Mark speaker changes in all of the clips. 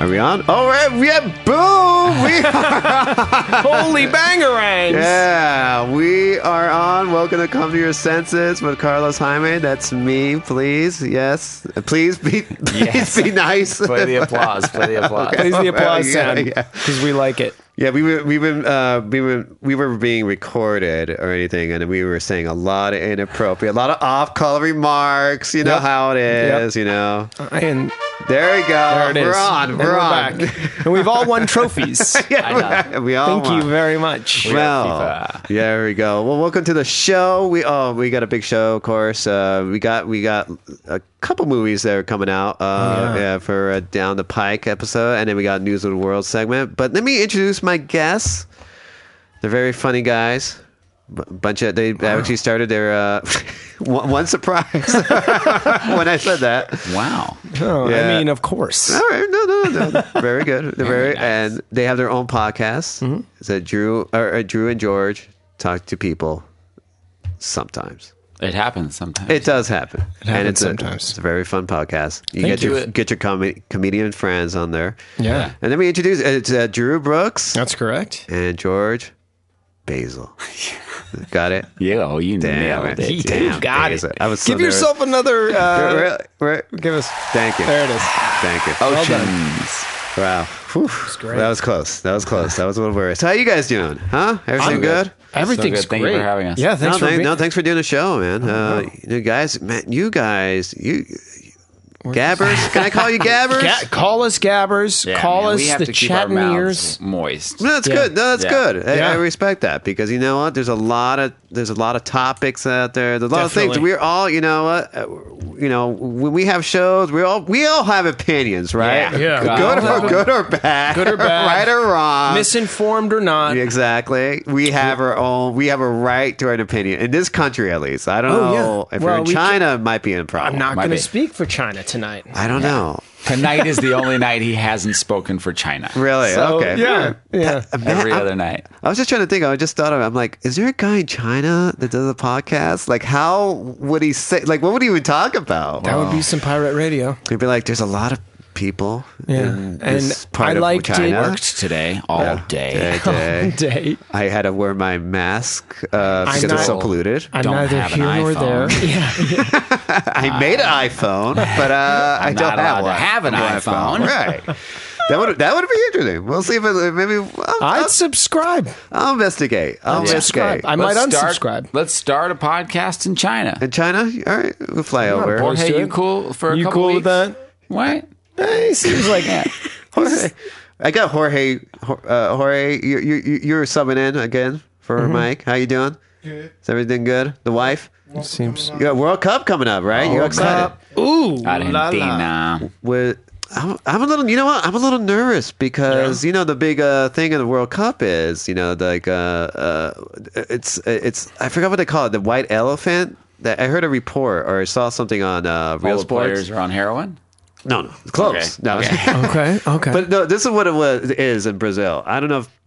Speaker 1: we on? Oh, yeah, yeah, boom! We are on.
Speaker 2: Holy bangerangs!
Speaker 1: Yeah, we are on. Welcome to Come to Your Senses with Carlos Jaime. That's me, please. Yes. Please be, please
Speaker 2: Yes.
Speaker 1: be nice.
Speaker 3: Play the applause. Play the applause.
Speaker 2: Plays the applause
Speaker 1: Yeah,
Speaker 2: sound
Speaker 1: yeah.
Speaker 2: because we like it.
Speaker 1: Yeah, we were we were uh, we were we were being recorded or anything, and we were saying a lot of inappropriate, a lot of off-color remarks. You know
Speaker 2: Yep.
Speaker 1: how it
Speaker 2: Yep.
Speaker 1: is. You know,
Speaker 2: And
Speaker 1: there we go.
Speaker 2: there it is.
Speaker 1: we're on.
Speaker 2: And
Speaker 1: We're, on.
Speaker 2: back. And we've all won trophies.
Speaker 3: I know.
Speaker 1: we all
Speaker 2: Thank you
Speaker 1: won.
Speaker 2: very much.
Speaker 3: are
Speaker 1: Well, yeah,
Speaker 3: FIFA.
Speaker 1: there we go. Well, welcome to the show. We oh, we got a big show, of course. Uh, we got we got a couple movies that are coming out. Uh, yeah. for a down the pike episode, and then we got news of the world segment. But let me introduce my guests. They're very funny guys. B- bunch of they actually started their uh, one, one surprise when I said that.
Speaker 3: Wow.
Speaker 2: Oh,
Speaker 1: Yeah.
Speaker 2: I mean, of course.
Speaker 1: All right, no, no, no, no. very good. They're very, and they have their own podcast.
Speaker 2: Mm-hmm.
Speaker 1: It's that Drew or uh, Drew and George talk to people sometimes.
Speaker 3: It happens sometimes.
Speaker 1: It does happen, and
Speaker 2: happens
Speaker 1: it's a-
Speaker 2: sometimes.
Speaker 1: it's a very fun podcast. You
Speaker 2: Thank
Speaker 1: get your
Speaker 3: you.
Speaker 1: get your com- comedian friends on there,
Speaker 2: Yeah.
Speaker 1: and then we introduce it's uh, Drew Brooks
Speaker 2: That's correct.
Speaker 1: and George Basil. Got it.
Speaker 3: yeah, oh, you
Speaker 1: Damn it!
Speaker 3: nailed it. dude.
Speaker 1: Damn,
Speaker 2: got
Speaker 1: Basil.
Speaker 2: it.
Speaker 1: I was so
Speaker 2: Give yourself another. Uh,
Speaker 1: nervous. Really- really-
Speaker 2: Give us.
Speaker 1: Thank you.
Speaker 2: There it is. Oh.
Speaker 1: Thank you.
Speaker 3: Oceans.
Speaker 1: Wow. Whew.
Speaker 2: great.
Speaker 1: That was close. That was close. That was a little worried. So how you guys doing? Huh? Everything good?
Speaker 3: Everything's Thank you for great. having us.
Speaker 2: Yeah, thanks
Speaker 1: no,
Speaker 2: for Oh,
Speaker 1: thank-
Speaker 2: being.
Speaker 1: no, thanks for doing the show, man. Uh, you know, guys, man, you guys, you gabbers. Can I call you gabbers?
Speaker 2: Ga- call us gabbers.
Speaker 3: Yeah,
Speaker 2: call
Speaker 3: man, we
Speaker 2: us
Speaker 3: have
Speaker 2: the
Speaker 3: to keep our
Speaker 2: chat ears.
Speaker 3: mouths moist.
Speaker 1: no, that's
Speaker 2: Yeah.
Speaker 1: good. No, that's
Speaker 3: Yeah.
Speaker 1: good. I,
Speaker 2: Yeah.
Speaker 1: I respect that because you know what? There's a lot of there's a lot of topics out there. There's a lot of
Speaker 2: Definitely.
Speaker 1: things. We're all, you know, what? Uh, you know, when we have shows, we all we all have opinions, right?
Speaker 2: Yeah. Yeah.
Speaker 1: Good or good or bad.
Speaker 2: Good or bad.
Speaker 1: right or wrong.
Speaker 2: Misinformed or not.
Speaker 1: Yeah, Exactly. We have our own. We have a right to an opinion in this country, at least. I don't
Speaker 2: Oh,
Speaker 1: know
Speaker 2: yeah.
Speaker 1: if
Speaker 2: Well,
Speaker 1: you're
Speaker 2: we
Speaker 1: in China, it might be a problem.
Speaker 2: I'm not
Speaker 3: Might
Speaker 2: going to
Speaker 3: be.
Speaker 2: speak for China tonight.
Speaker 1: I don't know.
Speaker 3: Tonight is the only night he hasn't spoken for China.
Speaker 1: Really?
Speaker 2: So,
Speaker 1: okay.
Speaker 2: Oh, Yeah. Yeah.
Speaker 1: Man,
Speaker 3: Every
Speaker 1: I'm-
Speaker 3: other night.
Speaker 1: I was just trying to think. I just thought of. it. I'm like, is there a guy in China that does a podcast? Like, how would he say? Like, what would he even talk about?
Speaker 2: That would be some pirate radio.
Speaker 1: He'd be like, "There's a lot of people
Speaker 2: Yeah.
Speaker 1: in this
Speaker 2: And
Speaker 1: part
Speaker 2: I
Speaker 1: of
Speaker 2: liked it.
Speaker 1: China."
Speaker 3: Worked today all
Speaker 1: Day,
Speaker 3: day.
Speaker 1: day.
Speaker 2: Day.
Speaker 1: I had to wear my mask uh, because
Speaker 2: not-
Speaker 1: it's so polluted.
Speaker 2: I'm
Speaker 3: Don't
Speaker 2: neither
Speaker 3: have an
Speaker 2: here nor there.
Speaker 3: iPhone.
Speaker 2: Yeah.
Speaker 1: I made an iPhone, but uh, I
Speaker 3: I'm
Speaker 1: don't
Speaker 3: not
Speaker 1: have
Speaker 3: allowed to
Speaker 1: one.
Speaker 3: have an iPhone.
Speaker 1: right? That would that would be interesting. We'll see if it, maybe I'll,
Speaker 2: I'd
Speaker 1: I'll,
Speaker 2: subscribe.
Speaker 1: I'll investigate. I'll
Speaker 2: Subscribe.
Speaker 1: investigate.
Speaker 2: I might unsubscribe.
Speaker 3: Start, let's start a podcast in China.
Speaker 1: In China, all right, we'll fly over.
Speaker 2: opposed to
Speaker 3: Jorge, you
Speaker 2: it.
Speaker 3: cool for a
Speaker 2: You
Speaker 3: couple
Speaker 2: cool
Speaker 3: weeks?
Speaker 2: with that?
Speaker 3: What?
Speaker 2: Eh, he seems like that.
Speaker 1: Jorge. I got Jorge. Jor- Uh, Jorge, you you you- you're subbing in again for
Speaker 3: Mm-hmm.
Speaker 1: Mike. How you doing? Good. Is everything good? The wife.
Speaker 2: Seems.
Speaker 1: You got World Cup coming up, right? You're excited.
Speaker 2: Ooh. la, la.
Speaker 3: Argentina.
Speaker 1: with I'm, I'm a little you know what I'm a little nervous because you know the big uh, thing in the World Cup is you know like uh, uh, it's it's I forgot what they call it the white elephant that I heard a report or I saw something on uh,
Speaker 3: All
Speaker 1: real
Speaker 3: the
Speaker 1: sports
Speaker 3: players are on heroin.
Speaker 1: no no it's close
Speaker 3: Okay.
Speaker 1: no
Speaker 2: Okay. Okay.
Speaker 1: but no this is what it was is in Brazil I don't know if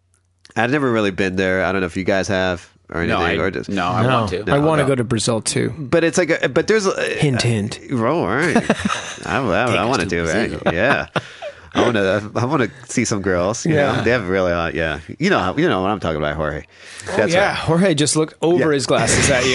Speaker 1: I've never really been there I don't know if you guys have or anything
Speaker 3: No, I,
Speaker 1: or just
Speaker 3: no, I
Speaker 2: no,
Speaker 3: want to.
Speaker 2: Oh, I want to
Speaker 3: No.
Speaker 2: go to Brazil too.
Speaker 1: but it's like a, but there's a,
Speaker 2: Hint, hint.
Speaker 1: All right. I, I, I want to do it. Yeah. I want to. I want to see some girls. You
Speaker 2: Yeah.
Speaker 1: know? they have really. hot yeah, you know. You know what I'm talking about, Jorge.
Speaker 3: Oh,
Speaker 1: That's
Speaker 2: yeah, Jorge just looked over his glasses at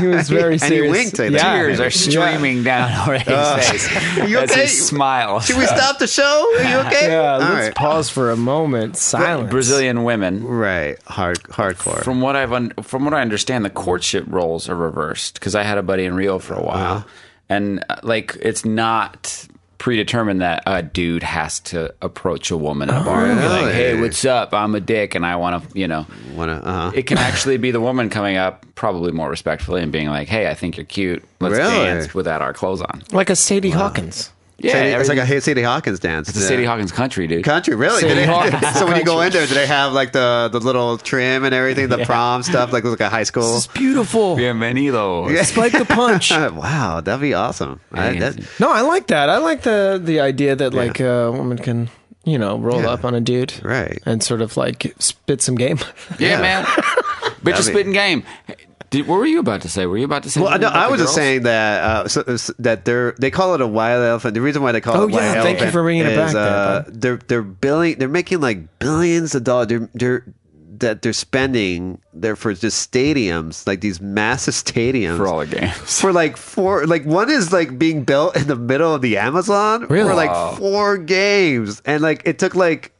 Speaker 2: you. he was very
Speaker 1: And he
Speaker 2: serious.
Speaker 1: winked at
Speaker 2: yeah.
Speaker 1: that.
Speaker 3: Tears are streaming down Jorge's face.
Speaker 1: You
Speaker 3: That's
Speaker 1: okay?
Speaker 3: his smile.
Speaker 1: Should we stop the show? Are you okay?
Speaker 2: Yeah,
Speaker 1: All
Speaker 2: let's
Speaker 1: right.
Speaker 2: pause for a moment. Silence.
Speaker 3: Brazilian women,
Speaker 1: Right. Hard. Hardcore.
Speaker 3: from what I've un- from what I understand, the courtship roles are reversed. Because I had a buddy in Rio for a while,
Speaker 1: Uh-huh.
Speaker 3: and uh, like it's not predetermined that a dude has to approach a woman in a bar and be like,
Speaker 1: Oh, Really?
Speaker 3: "Hey, what's up? I'm a dick, and I want to," you know.
Speaker 1: Wanna, uh-huh.
Speaker 3: It can actually be the woman coming up, probably more respectfully, and being like, "Hey, I think you're cute. Let's
Speaker 1: Really?
Speaker 3: dance without our clothes on."
Speaker 2: like a Sadie Hawkins.
Speaker 3: Yeah,
Speaker 1: Sadie- it's like
Speaker 3: everything-
Speaker 1: a Sadie Hawkins dance.
Speaker 3: it's a Sadie Hawkins country, dude.
Speaker 1: Country, really?
Speaker 2: Sadie
Speaker 1: Did
Speaker 2: Hawkins.
Speaker 1: they, so when you go in there, do they have like the, the little trim and everything, the prom stuff, like like a high school?
Speaker 2: It's beautiful.
Speaker 3: Bienvenido. Yeah.
Speaker 2: Spike the punch.
Speaker 1: wow, that'd be awesome. I,
Speaker 3: Yeah.
Speaker 1: that,
Speaker 2: No, I like that. I like the the idea that like uh, a woman can you know roll
Speaker 1: Yeah.
Speaker 2: up on a dude,
Speaker 1: Right.
Speaker 2: and sort of like spit some game.
Speaker 3: Yeah, man. Bitch is
Speaker 1: be-
Speaker 3: spitting game. Did, what were you about to say? Were you about to say?
Speaker 1: Well,
Speaker 3: something
Speaker 1: no,
Speaker 3: about
Speaker 1: I
Speaker 3: the
Speaker 1: was just
Speaker 3: girls?
Speaker 1: saying that uh, so, so- that they're they call it a wild elephant. The reason why they call
Speaker 2: Oh,
Speaker 1: it wild
Speaker 2: yeah,
Speaker 1: elephant
Speaker 2: thank you for bringing it
Speaker 1: is,
Speaker 2: back there,
Speaker 1: uh,
Speaker 2: bud.
Speaker 1: they're they're billing they're making like billions of dollars. They're, they're that they're spending there for just stadiums like these massive stadiums
Speaker 3: for all the games.
Speaker 1: for like four like one is like being built in the middle of the amazon
Speaker 2: Really?
Speaker 1: for like four games and like it took like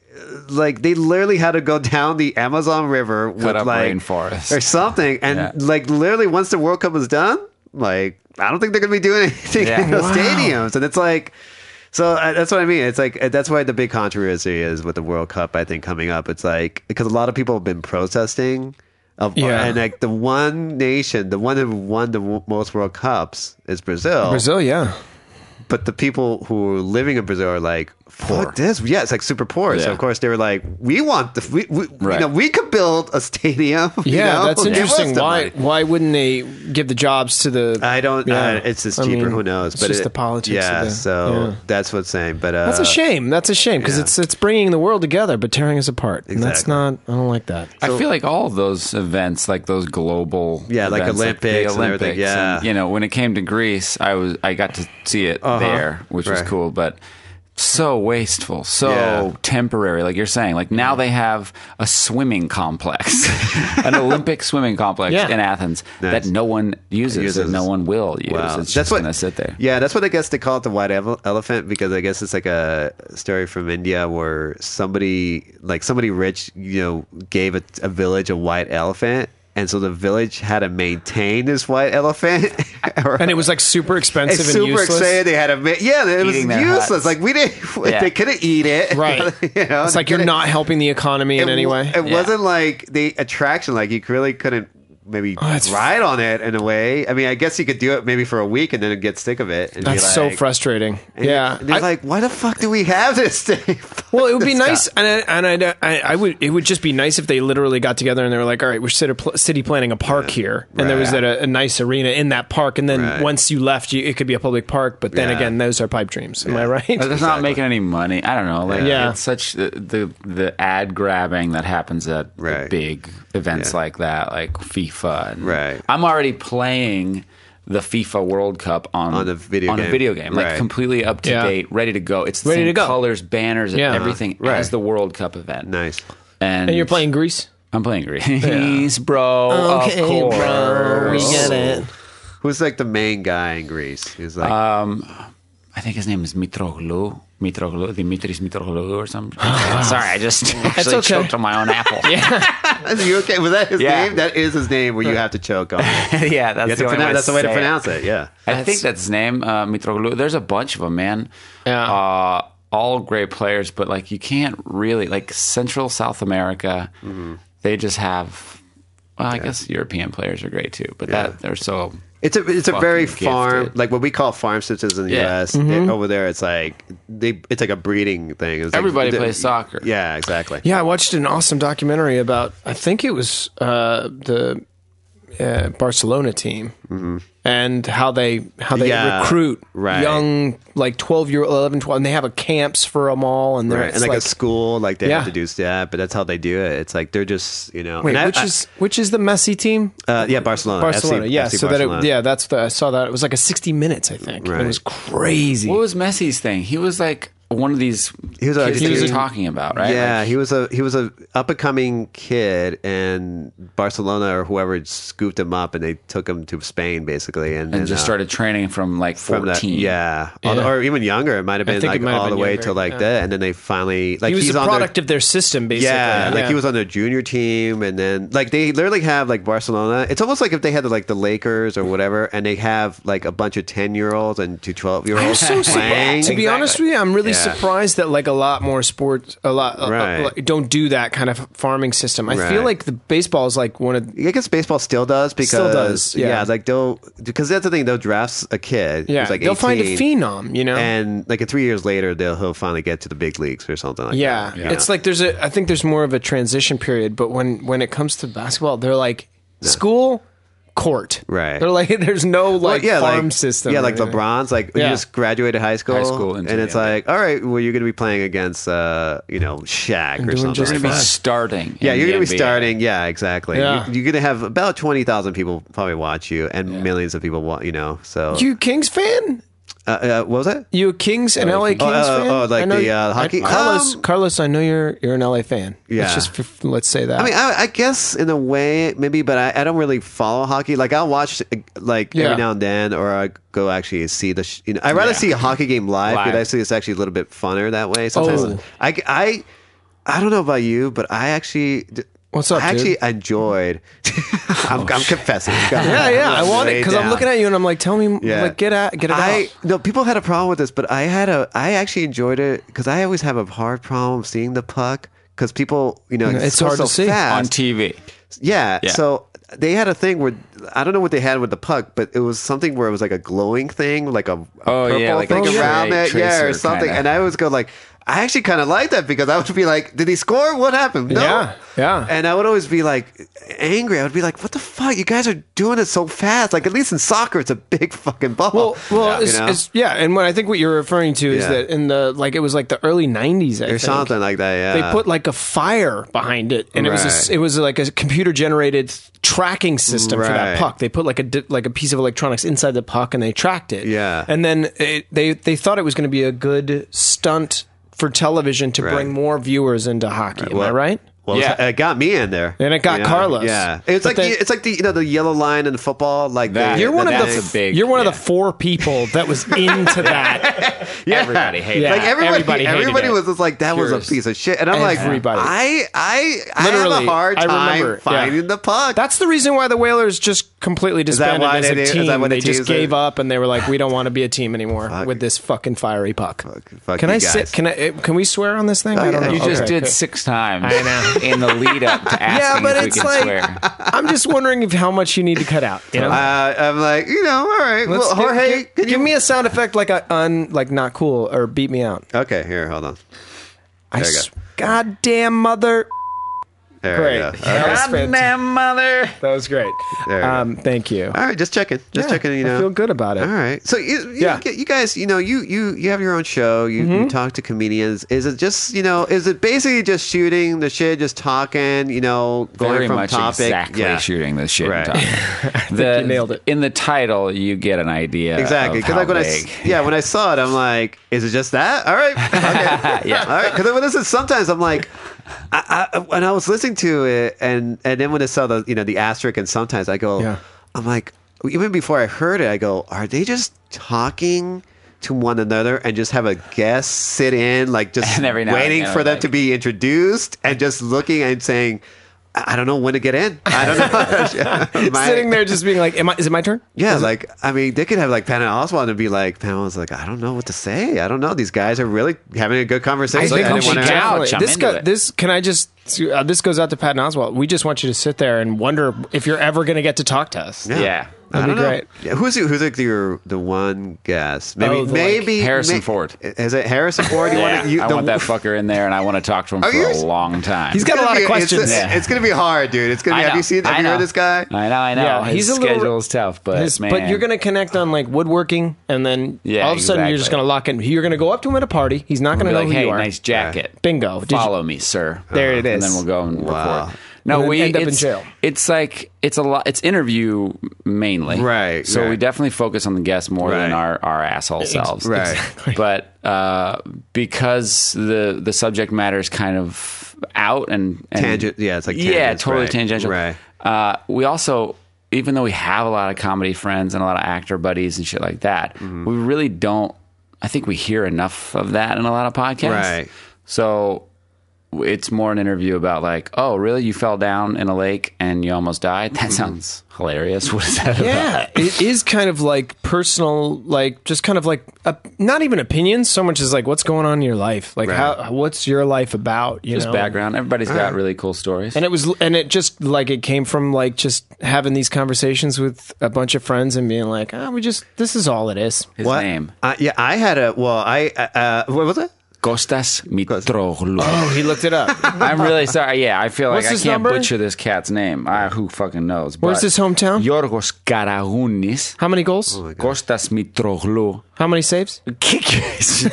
Speaker 1: like they literally had to go down the amazon river with
Speaker 3: up
Speaker 1: like
Speaker 3: rainforest.
Speaker 1: or something and
Speaker 3: Yeah.
Speaker 1: like literally once the world cup was done like i don't think they're gonna be doing anything
Speaker 3: Yeah.
Speaker 1: in those
Speaker 2: Wow.
Speaker 1: stadiums and it's like so uh, that's what I mean. It's like uh, that's why the big controversy is with the World Cup. I think coming up, it's like because a lot of people have been protesting, of,
Speaker 2: Yeah.
Speaker 1: and like the one nation, the one who won the w- most World Cups is Brazil.
Speaker 2: Brazil, yeah.
Speaker 1: But the people who are living in Brazil are like,
Speaker 3: Poor.
Speaker 1: fuck this. Yeah, it's like super poor. So
Speaker 3: Yeah.
Speaker 1: of course they were like, we want the we, we
Speaker 3: Right.
Speaker 1: you know we could build a stadium. you
Speaker 2: Yeah,
Speaker 1: know?
Speaker 2: that's
Speaker 1: Give us
Speaker 2: interesting.
Speaker 1: the
Speaker 2: Why
Speaker 1: money.
Speaker 2: why wouldn't they give the jobs to the?
Speaker 1: I don't. Uh,
Speaker 2: Yeah.
Speaker 1: it's just
Speaker 2: I
Speaker 1: cheaper.
Speaker 2: mean,
Speaker 1: who knows?
Speaker 2: It's
Speaker 1: but
Speaker 2: just
Speaker 1: it-
Speaker 2: the politics.
Speaker 1: Yeah.
Speaker 2: Of the,
Speaker 1: so
Speaker 2: yeah.
Speaker 1: that's what's saying. But uh,
Speaker 2: that's a shame. That's a shame because it's it's bringing the world together but tearing us apart. And that's
Speaker 1: Exactly.
Speaker 2: not. I don't like that.
Speaker 3: I feel like all of those events, like those global,
Speaker 1: Yeah, like
Speaker 3: events,
Speaker 1: Olympics and everything, yeah. Uh-huh.
Speaker 3: you know, when it came to Greece, I was I got to see it there, which was
Speaker 1: Right.
Speaker 3: cool, but so wasteful, so
Speaker 1: Yeah.
Speaker 3: temporary. Like you're saying, like now they have a swimming complex, an Olympic swimming complex
Speaker 2: Yeah.
Speaker 3: in Athens
Speaker 1: Nice.
Speaker 3: that no one uses, that
Speaker 1: Uses.
Speaker 3: no one will use.
Speaker 1: Wow.
Speaker 3: It's
Speaker 1: that's
Speaker 3: just
Speaker 1: what
Speaker 3: going to sit there.
Speaker 1: Yeah, that's what I guess they call it the white ele- elephant because I guess it's like a story from India where somebody, like somebody rich, you know, gave a, a village a white elephant, and so the village had to maintain this white elephant.
Speaker 2: And it was like super
Speaker 1: It's
Speaker 2: expensive and
Speaker 1: super
Speaker 2: useless.
Speaker 1: excited. They had to, ma- yeah, it was
Speaker 3: Eating their
Speaker 1: useless.
Speaker 3: huts.
Speaker 1: Like we didn't,
Speaker 3: Yeah.
Speaker 1: they couldn't eat it.
Speaker 2: Right.
Speaker 1: you know,
Speaker 2: It's
Speaker 1: they
Speaker 2: like you're
Speaker 1: couldn't-
Speaker 2: not helping the economy in
Speaker 1: it
Speaker 2: any
Speaker 1: wa-
Speaker 2: way.
Speaker 1: It
Speaker 3: Yeah.
Speaker 1: wasn't like the attraction. Like you really couldn't maybe
Speaker 3: Oh,
Speaker 2: that's-
Speaker 1: ride on it in a way. I mean, I guess you could do it maybe for a week and then get sick of it. And be
Speaker 2: That's so
Speaker 1: like-
Speaker 2: frustrating.
Speaker 1: and
Speaker 2: yeah.
Speaker 1: and they're
Speaker 2: I-
Speaker 1: like, why the fuck do we have this thing?
Speaker 2: well, it would be nice, and I, and I, I, I would. It would just be nice if they literally got together and they were like, "All right, we're city, pl- city planning a park here," and there was
Speaker 1: Right.
Speaker 2: that a, a nice arena in that park, and then
Speaker 1: Right.
Speaker 2: once you left, you, it could be a public park. But then
Speaker 1: Yeah.
Speaker 2: again, those are pipe dreams. Am I
Speaker 3: But
Speaker 2: right?
Speaker 3: They're not making any money. I don't know. Like,
Speaker 2: Yeah.
Speaker 3: it's such the, the the ad grabbing that happens at the
Speaker 1: Right.
Speaker 3: big events
Speaker 1: Yeah.
Speaker 3: like that, like FIFA. And
Speaker 1: Right.
Speaker 3: I'm already playing the FIFA World Cup on
Speaker 1: On the video
Speaker 3: on a
Speaker 1: game.
Speaker 3: video game, like
Speaker 1: Right.
Speaker 3: completely up to
Speaker 2: Yeah.
Speaker 3: date, ready to go. It's the
Speaker 2: Ready
Speaker 3: same
Speaker 2: to go.
Speaker 3: colors, banners,
Speaker 2: Yeah.
Speaker 3: everything
Speaker 1: Right.
Speaker 3: as the World Cup event.
Speaker 1: nice.
Speaker 3: And,
Speaker 2: And you're playing Greece.
Speaker 3: I'm playing Greece, bro.
Speaker 2: Okay,
Speaker 3: of
Speaker 2: bro,
Speaker 3: course.
Speaker 2: we get it.
Speaker 1: Who's like the main guy in Greece? Who's like,
Speaker 3: Uh, I think his name is Mitroglou. Mitroglou, Dimitris Mitroglou or something. Sorry, I just actually
Speaker 2: okay.
Speaker 3: choked on my own apple.
Speaker 1: is he okay? Was that his
Speaker 3: Yeah.
Speaker 1: name? That is his name. Where you have to choke on. It.
Speaker 3: yeah, that's,
Speaker 1: You have
Speaker 3: the
Speaker 1: to
Speaker 3: only
Speaker 1: pronounce,
Speaker 3: way
Speaker 1: that's the way to
Speaker 3: say it.
Speaker 1: pronounce it. Yeah.
Speaker 3: I think that's his name, uh, Mitroglou. There's a bunch of them, man.
Speaker 2: Yeah.
Speaker 3: Uh, all great players, but like you can't really like Central South America. They just have. Well, I guess European players are great too, but that they're so.
Speaker 1: It's a it's a very
Speaker 3: Fucking
Speaker 1: farm
Speaker 3: gifted.
Speaker 1: like what we call farm systems in the
Speaker 3: Yeah. Mm-hmm.
Speaker 1: U.S. They- over there, it's like they it's like a breeding thing. It's like-
Speaker 3: Everybody
Speaker 1: the-
Speaker 3: plays soccer.
Speaker 1: Yeah, exactly.
Speaker 2: Yeah, I watched an awesome documentary about. I think it was uh, the uh, Barcelona team and how they how they
Speaker 1: Mm-hmm. Yeah,
Speaker 2: recruit
Speaker 1: right.
Speaker 2: young like twelve year 11, 12, and they have a camps for them all, and they're
Speaker 1: Right.
Speaker 2: it's
Speaker 1: And like,
Speaker 2: like,
Speaker 1: a school, like they
Speaker 2: Yeah.
Speaker 1: have to do that, but that's how they do it. It's like they're just you know,
Speaker 2: Wait,
Speaker 1: and I-
Speaker 2: which
Speaker 1: I-
Speaker 2: is which is the messy team?
Speaker 1: uh, yeah Barcelona,
Speaker 2: Barcelona,
Speaker 1: FC
Speaker 2: yeah. so that
Speaker 1: Barcelona.
Speaker 2: it, yeah, that's the I saw that it was like a sixty minutes, I think.
Speaker 1: Right.
Speaker 2: It was crazy.
Speaker 3: What was Messi's thing? He was like one of these.
Speaker 1: He was
Speaker 3: kids you were
Speaker 1: Argentinian.
Speaker 3: talking about, right?
Speaker 1: Yeah,
Speaker 3: Like,
Speaker 1: he was a he was a up and coming kid, and Barcelona or whoever scooped him up, and they took him to Spain basically, and,
Speaker 3: and
Speaker 1: then,
Speaker 3: just
Speaker 1: uh,
Speaker 3: started training from like
Speaker 1: from
Speaker 3: fourteen.
Speaker 1: that, yeah, All the-
Speaker 2: Yeah.
Speaker 1: or even younger. It might have been
Speaker 2: think
Speaker 1: like
Speaker 2: it might have
Speaker 1: all the
Speaker 2: been
Speaker 1: way
Speaker 2: younger,
Speaker 1: till like
Speaker 2: yeah.
Speaker 1: that, and then they finally like
Speaker 2: he was
Speaker 1: he's
Speaker 2: a
Speaker 1: on their
Speaker 2: product of their system, basically.
Speaker 1: Yeah, like he was on their junior team, and then like they literally have like Barcelona. It's almost like if they had like the Lakers or whatever, and they have like a bunch of ten year olds and two 12 year olds
Speaker 2: so
Speaker 1: playing.
Speaker 2: to be honest with you, I'm really surprised that like a lot more sports, a lot a- a-
Speaker 1: Right.
Speaker 2: like, don't do that kind of farming system. I feel
Speaker 1: Right.
Speaker 2: like the baseball is like one of
Speaker 1: I guess baseball still does because
Speaker 2: does, yeah.
Speaker 1: like they'll because that's the thing they'll draft a kid.
Speaker 2: yeah.
Speaker 1: who's, like
Speaker 2: they'll find a
Speaker 1: 18,
Speaker 2: phenom, you know.
Speaker 1: and like three years later they'll he'll finally get to the big leagues or something like
Speaker 2: yeah.
Speaker 1: that.
Speaker 2: it's like there's a. I think there's more of a transition period, but when when it comes to basketball, they're like school, court.
Speaker 1: Right.
Speaker 2: They're like, there's no
Speaker 1: Well,
Speaker 2: like farm system.
Speaker 1: Yeah,
Speaker 2: or
Speaker 1: like
Speaker 2: anything.
Speaker 1: LeBron's like you
Speaker 2: Yeah.
Speaker 1: just graduated high school,
Speaker 3: High school,
Speaker 1: and
Speaker 3: and
Speaker 1: it's
Speaker 3: yeah.
Speaker 1: like, all right, well, you're going to be playing against, uh, you know, Shaq or something.
Speaker 2: just
Speaker 1: like
Speaker 3: You're gonna be
Speaker 1: that.
Speaker 3: starting.
Speaker 1: Yeah,
Speaker 3: in
Speaker 1: you're
Speaker 3: the
Speaker 1: going to be
Speaker 3: NBA.
Speaker 1: starting. Yeah, exactly.
Speaker 2: Yeah.
Speaker 1: You, are going to have about twenty thousand people probably watch you, and millions of people want you know. So
Speaker 2: You a Kings fan?
Speaker 1: uh, uh, what was it?
Speaker 2: You a Kings an LA Kings
Speaker 1: Oh, oh,
Speaker 2: fan?
Speaker 1: oh, like
Speaker 2: I know
Speaker 1: the,
Speaker 2: you-
Speaker 1: uh,
Speaker 2: I-
Speaker 1: hockey-
Speaker 2: Carlos,
Speaker 1: Um,
Speaker 2: Carlos, I know you're you're an LA fan.
Speaker 1: Yeah.
Speaker 2: Let's just f- let's say that.
Speaker 1: I mean, I, I guess in a way, maybe, but I, I don't really follow hockey. Like I'll watch uh, like
Speaker 2: Yeah.
Speaker 1: every now and then, or I go actually see the. Sh- you know, I rather
Speaker 3: Yeah.
Speaker 1: see a hockey game live
Speaker 3: Live.
Speaker 1: because I see it's actually a little bit funner that way. Sometimes
Speaker 2: Oh.
Speaker 1: I, I I don't know about you, but I actually. d-
Speaker 2: What's up,
Speaker 1: I actually
Speaker 2: dude?
Speaker 1: enjoyed.
Speaker 3: Oh,
Speaker 1: I'm, I'm confessing.
Speaker 2: yeah, yeah. I want it because I'm looking at you and I'm like, tell me,
Speaker 1: Yeah.
Speaker 2: like, get out, get it
Speaker 1: I
Speaker 2: out.
Speaker 1: no people had a problem with this, but I had a I actually enjoyed it because I always have a hard problem seeing the puck because people you know
Speaker 2: Yeah,
Speaker 1: it's,
Speaker 2: it's
Speaker 1: so,
Speaker 2: hard
Speaker 1: so
Speaker 2: to see.
Speaker 1: fast.
Speaker 3: on TV.
Speaker 1: Yeah,
Speaker 3: Yeah.
Speaker 1: So they had a thing where I don't know what they had with the puck, but it was something where it was like a glowing thing, like a, a
Speaker 3: Oh,
Speaker 1: purple
Speaker 3: yeah, like a
Speaker 1: thing
Speaker 3: tray-
Speaker 1: around it, yeah, or
Speaker 3: tracer
Speaker 1: something.
Speaker 3: kinda.
Speaker 1: And I always go like, I actually kind of like that because I would be like, did he score? What happened? No.
Speaker 2: Yeah, yeah.
Speaker 1: And I would always be like angry. I would be like, what the fuck? You guys are doing it so fast. Like at least in soccer, it's a big fucking ball.
Speaker 2: Well, well, yeah. It's,
Speaker 1: you know?
Speaker 2: it's- yeah, and what I think what you're referring to is
Speaker 1: Yeah.
Speaker 2: that in the like it was like the early '90s, I
Speaker 1: or
Speaker 2: think.
Speaker 1: something like that.
Speaker 2: They
Speaker 1: Yeah.
Speaker 2: put like a fire behind it, and it was a s
Speaker 1: Right.
Speaker 2: it was like a computer generated tracking system for
Speaker 1: Right.
Speaker 2: that puck. They put like a di- like a piece of electronics inside the puck, and they tracked it.
Speaker 1: Yeah.
Speaker 2: and then it, they they thought it was going to be a good stunt for television to bring more viewers into hockey. Am I
Speaker 1: Well-
Speaker 2: right?
Speaker 1: Well,
Speaker 3: Yeah.
Speaker 1: it got me in there,
Speaker 2: And it got
Speaker 1: You know?
Speaker 2: Carlos.
Speaker 1: Yeah, it's
Speaker 2: But
Speaker 1: like
Speaker 2: then-
Speaker 1: the, it's like the you know the yellow line in football, like
Speaker 3: That-
Speaker 1: the,
Speaker 2: You're
Speaker 1: the
Speaker 2: one of the
Speaker 1: thing.
Speaker 3: that's a big-
Speaker 2: you're one of
Speaker 3: yeah.
Speaker 2: the four people that was into that.
Speaker 3: Everybody hated
Speaker 2: Yeah.
Speaker 3: it.
Speaker 1: like everybody,
Speaker 2: everybody
Speaker 1: everybody,
Speaker 2: hated it.
Speaker 1: was just like that was
Speaker 3: Curious.
Speaker 1: a piece of shit, and I'm
Speaker 2: Everybody.
Speaker 1: like, I, I, I have
Speaker 2: Literally,
Speaker 1: a hard
Speaker 2: I
Speaker 1: time
Speaker 2: remember, yeah.
Speaker 1: finding the puck.
Speaker 2: That's the reason why the Whalers just completely
Speaker 1: that
Speaker 2: disbanded
Speaker 1: why
Speaker 2: as
Speaker 1: they
Speaker 2: a
Speaker 1: did- is
Speaker 2: team.
Speaker 1: that why the
Speaker 2: they just
Speaker 1: teams are-
Speaker 2: gave up and they were like, "We don't want to be a team anymore with this fucking fiery puck."
Speaker 1: fuck
Speaker 2: can
Speaker 1: you
Speaker 2: I sit?
Speaker 1: guys.
Speaker 2: Can I? eh, Can we swear on this thing? I don't
Speaker 1: yeah,
Speaker 2: know.
Speaker 3: You just
Speaker 2: Okay.
Speaker 3: did six times in the lead up to
Speaker 2: Yeah,
Speaker 3: asking
Speaker 2: but
Speaker 3: if we
Speaker 2: it's
Speaker 3: can
Speaker 2: like-
Speaker 3: swear.
Speaker 2: I'm just wondering if how much you need to cut out. You know.
Speaker 1: uh, I'm like, you know, all right, well,
Speaker 2: Let's do-
Speaker 1: Jorge,
Speaker 2: give,
Speaker 1: can you?
Speaker 2: give me a sound effect like a un like not cool or beat me out.
Speaker 1: okay, here, hold on.
Speaker 2: I
Speaker 1: you go.
Speaker 2: s- goddamn mother.
Speaker 1: There
Speaker 2: Great.
Speaker 1: we go.
Speaker 2: Yeah.
Speaker 1: Okay.
Speaker 2: That's fantastic.
Speaker 3: Goddamn mother.
Speaker 2: That was great.
Speaker 1: There we go.
Speaker 2: Um, thank you.
Speaker 1: All right, just checking, just
Speaker 2: Yeah,
Speaker 1: checking. You know,
Speaker 2: I feel good about it.
Speaker 1: All right. So you, you,
Speaker 2: Yeah.
Speaker 1: you guys, you know, you you you have your own show. You,
Speaker 3: Mm-hmm.
Speaker 1: you talk to comedians. Is it just you know? Is it basically just shooting the shit, just talking? You know, going
Speaker 3: Very
Speaker 1: from
Speaker 3: much
Speaker 1: topic.
Speaker 3: exactly
Speaker 1: yeah.
Speaker 3: shooting this shit.
Speaker 1: Right.
Speaker 3: And talking. the,
Speaker 2: you nailed it.
Speaker 3: In the title, you get an idea.
Speaker 1: Exactly,
Speaker 3: of
Speaker 1: because
Speaker 3: how
Speaker 1: like when I s-
Speaker 3: big.
Speaker 1: yeah when I saw it, I'm like, is it just that? All right, okay. yeah, all right. Because when this is sometimes I'm like, I, I, when I was listening to it, and and then when I saw the you know the asterisk, and sometimes I go,
Speaker 2: Yeah.
Speaker 1: I'm like, even before I heard it, I go, are they just talking? To one another and just have a guest sit in, like just
Speaker 3: And every now and
Speaker 1: waiting
Speaker 3: then,
Speaker 1: for them
Speaker 3: like-
Speaker 1: to be introduced and just looking and saying, I I don't know when to get in. I don't know. My-
Speaker 2: Sitting there just being like, "Am I? Is it my turn?"
Speaker 1: yeah, like I mean, they could have like Patton Oswald and be like, Patton's like, I don't know what to say. I don't know. These guys are really having a good
Speaker 2: I
Speaker 1: conversation.
Speaker 2: think
Speaker 1: I
Speaker 2: we
Speaker 1: didn't
Speaker 2: should
Speaker 1: wanna-
Speaker 3: get out.
Speaker 2: definitely-
Speaker 3: jump
Speaker 2: This
Speaker 3: into
Speaker 2: go,
Speaker 3: it.
Speaker 2: this can I just uh, this goes out to Patton Oswalt. We just want you to sit there and wonder if you're ever going to get to talk to us.
Speaker 3: Yeah.
Speaker 1: I don't
Speaker 2: That'd be
Speaker 1: know.
Speaker 2: great.
Speaker 1: Yeah, who's who's like your the one guest? Maybe
Speaker 2: Oh, the, like,
Speaker 1: maybe
Speaker 3: Harrison
Speaker 1: may-
Speaker 3: Ford.
Speaker 1: Is it Harrison Ford? You
Speaker 3: Yeah,
Speaker 1: wanna- you-
Speaker 3: I
Speaker 1: the-
Speaker 3: want that fucker in there, and I want to talk to him
Speaker 1: Are
Speaker 3: for
Speaker 1: you-
Speaker 3: a long time.
Speaker 2: He's got
Speaker 1: It's
Speaker 2: a lot
Speaker 1: gonna
Speaker 2: of
Speaker 1: be-
Speaker 2: questions.
Speaker 1: It's,
Speaker 3: Yeah.
Speaker 1: it's gonna be hard, dude. It's gonna be.
Speaker 3: I
Speaker 1: Have
Speaker 3: know,
Speaker 1: you seen? Have
Speaker 3: I
Speaker 1: you
Speaker 3: know.
Speaker 1: heard this guy?
Speaker 3: I know, I know.
Speaker 2: Yeah,
Speaker 3: his
Speaker 2: he's a little-
Speaker 3: schedule is tough, but
Speaker 2: His-
Speaker 3: man,
Speaker 2: but you're going to connect on like woodworking, and then
Speaker 3: Yeah,
Speaker 2: all of a sudden you're just
Speaker 3: exactly.
Speaker 2: going to lock in. You're going to go up to him at a party. He's not going to
Speaker 3: be
Speaker 2: know
Speaker 3: like,
Speaker 2: who
Speaker 3: hey,
Speaker 2: you are.
Speaker 3: nice jacket.
Speaker 2: Bingo. Oh, Did you-
Speaker 3: Follow me, sir.
Speaker 2: There it
Speaker 3: And
Speaker 2: is.
Speaker 3: then we'll go and
Speaker 1: Wow.
Speaker 3: record. No,
Speaker 2: And then
Speaker 3: we
Speaker 2: end up in
Speaker 3: it's-
Speaker 2: jail.
Speaker 3: It's like it's a lot. It's interview mainly,
Speaker 1: Right,
Speaker 3: So we
Speaker 1: right.
Speaker 3: definitely focus on the guests more
Speaker 1: Right.
Speaker 3: than our our asshole selves,
Speaker 1: right.
Speaker 2: Exactly.
Speaker 3: But uh, because the the subject matter is kind of out and, and
Speaker 1: Tangent- yeah, it's like
Speaker 3: yeah,
Speaker 1: tangents,
Speaker 3: totally
Speaker 1: right,
Speaker 3: tangential.
Speaker 1: right.
Speaker 3: Uh, we also, even though we have a lot of comedy friends and a lot of actor buddies and shit like that,
Speaker 1: Mm-hmm.
Speaker 3: we really don't. I think we hear enough of that in a lot of podcasts.
Speaker 1: Right.
Speaker 3: So it's more an interview about like, oh, really? You fell down in a lake and you almost died? That sounds hilarious. What is that
Speaker 2: Mm-hmm. Yeah,
Speaker 3: about?
Speaker 2: it is kind of like personal, like just kind of like op- not even opinions so much as like what's going on in your life, like how what's your life about, you
Speaker 3: Just
Speaker 2: know?
Speaker 3: background. Everybody's got really cool stories.
Speaker 2: Uh-huh. And it was, and it just like it came from like just having these conversations with a bunch of friends and being like, ah, we just this is all it is.
Speaker 3: His name.
Speaker 1: Uh, yeah, I had a. Well, I uh, uh, what was it?
Speaker 3: Costas Mitroglou.
Speaker 2: Oh, he looked it up.
Speaker 3: I'm really sorry. Yeah, I feel like
Speaker 2: What's
Speaker 3: I
Speaker 2: his
Speaker 3: can't
Speaker 2: number?
Speaker 3: butcher this cat's name. I, who fucking knows?
Speaker 2: Where's
Speaker 3: but
Speaker 2: his hometown? Oh
Speaker 3: Yorgos Karagounis,
Speaker 2: How many goals?
Speaker 3: Costas Mitroglou.
Speaker 2: How many saves?
Speaker 3: Kickers. Uh,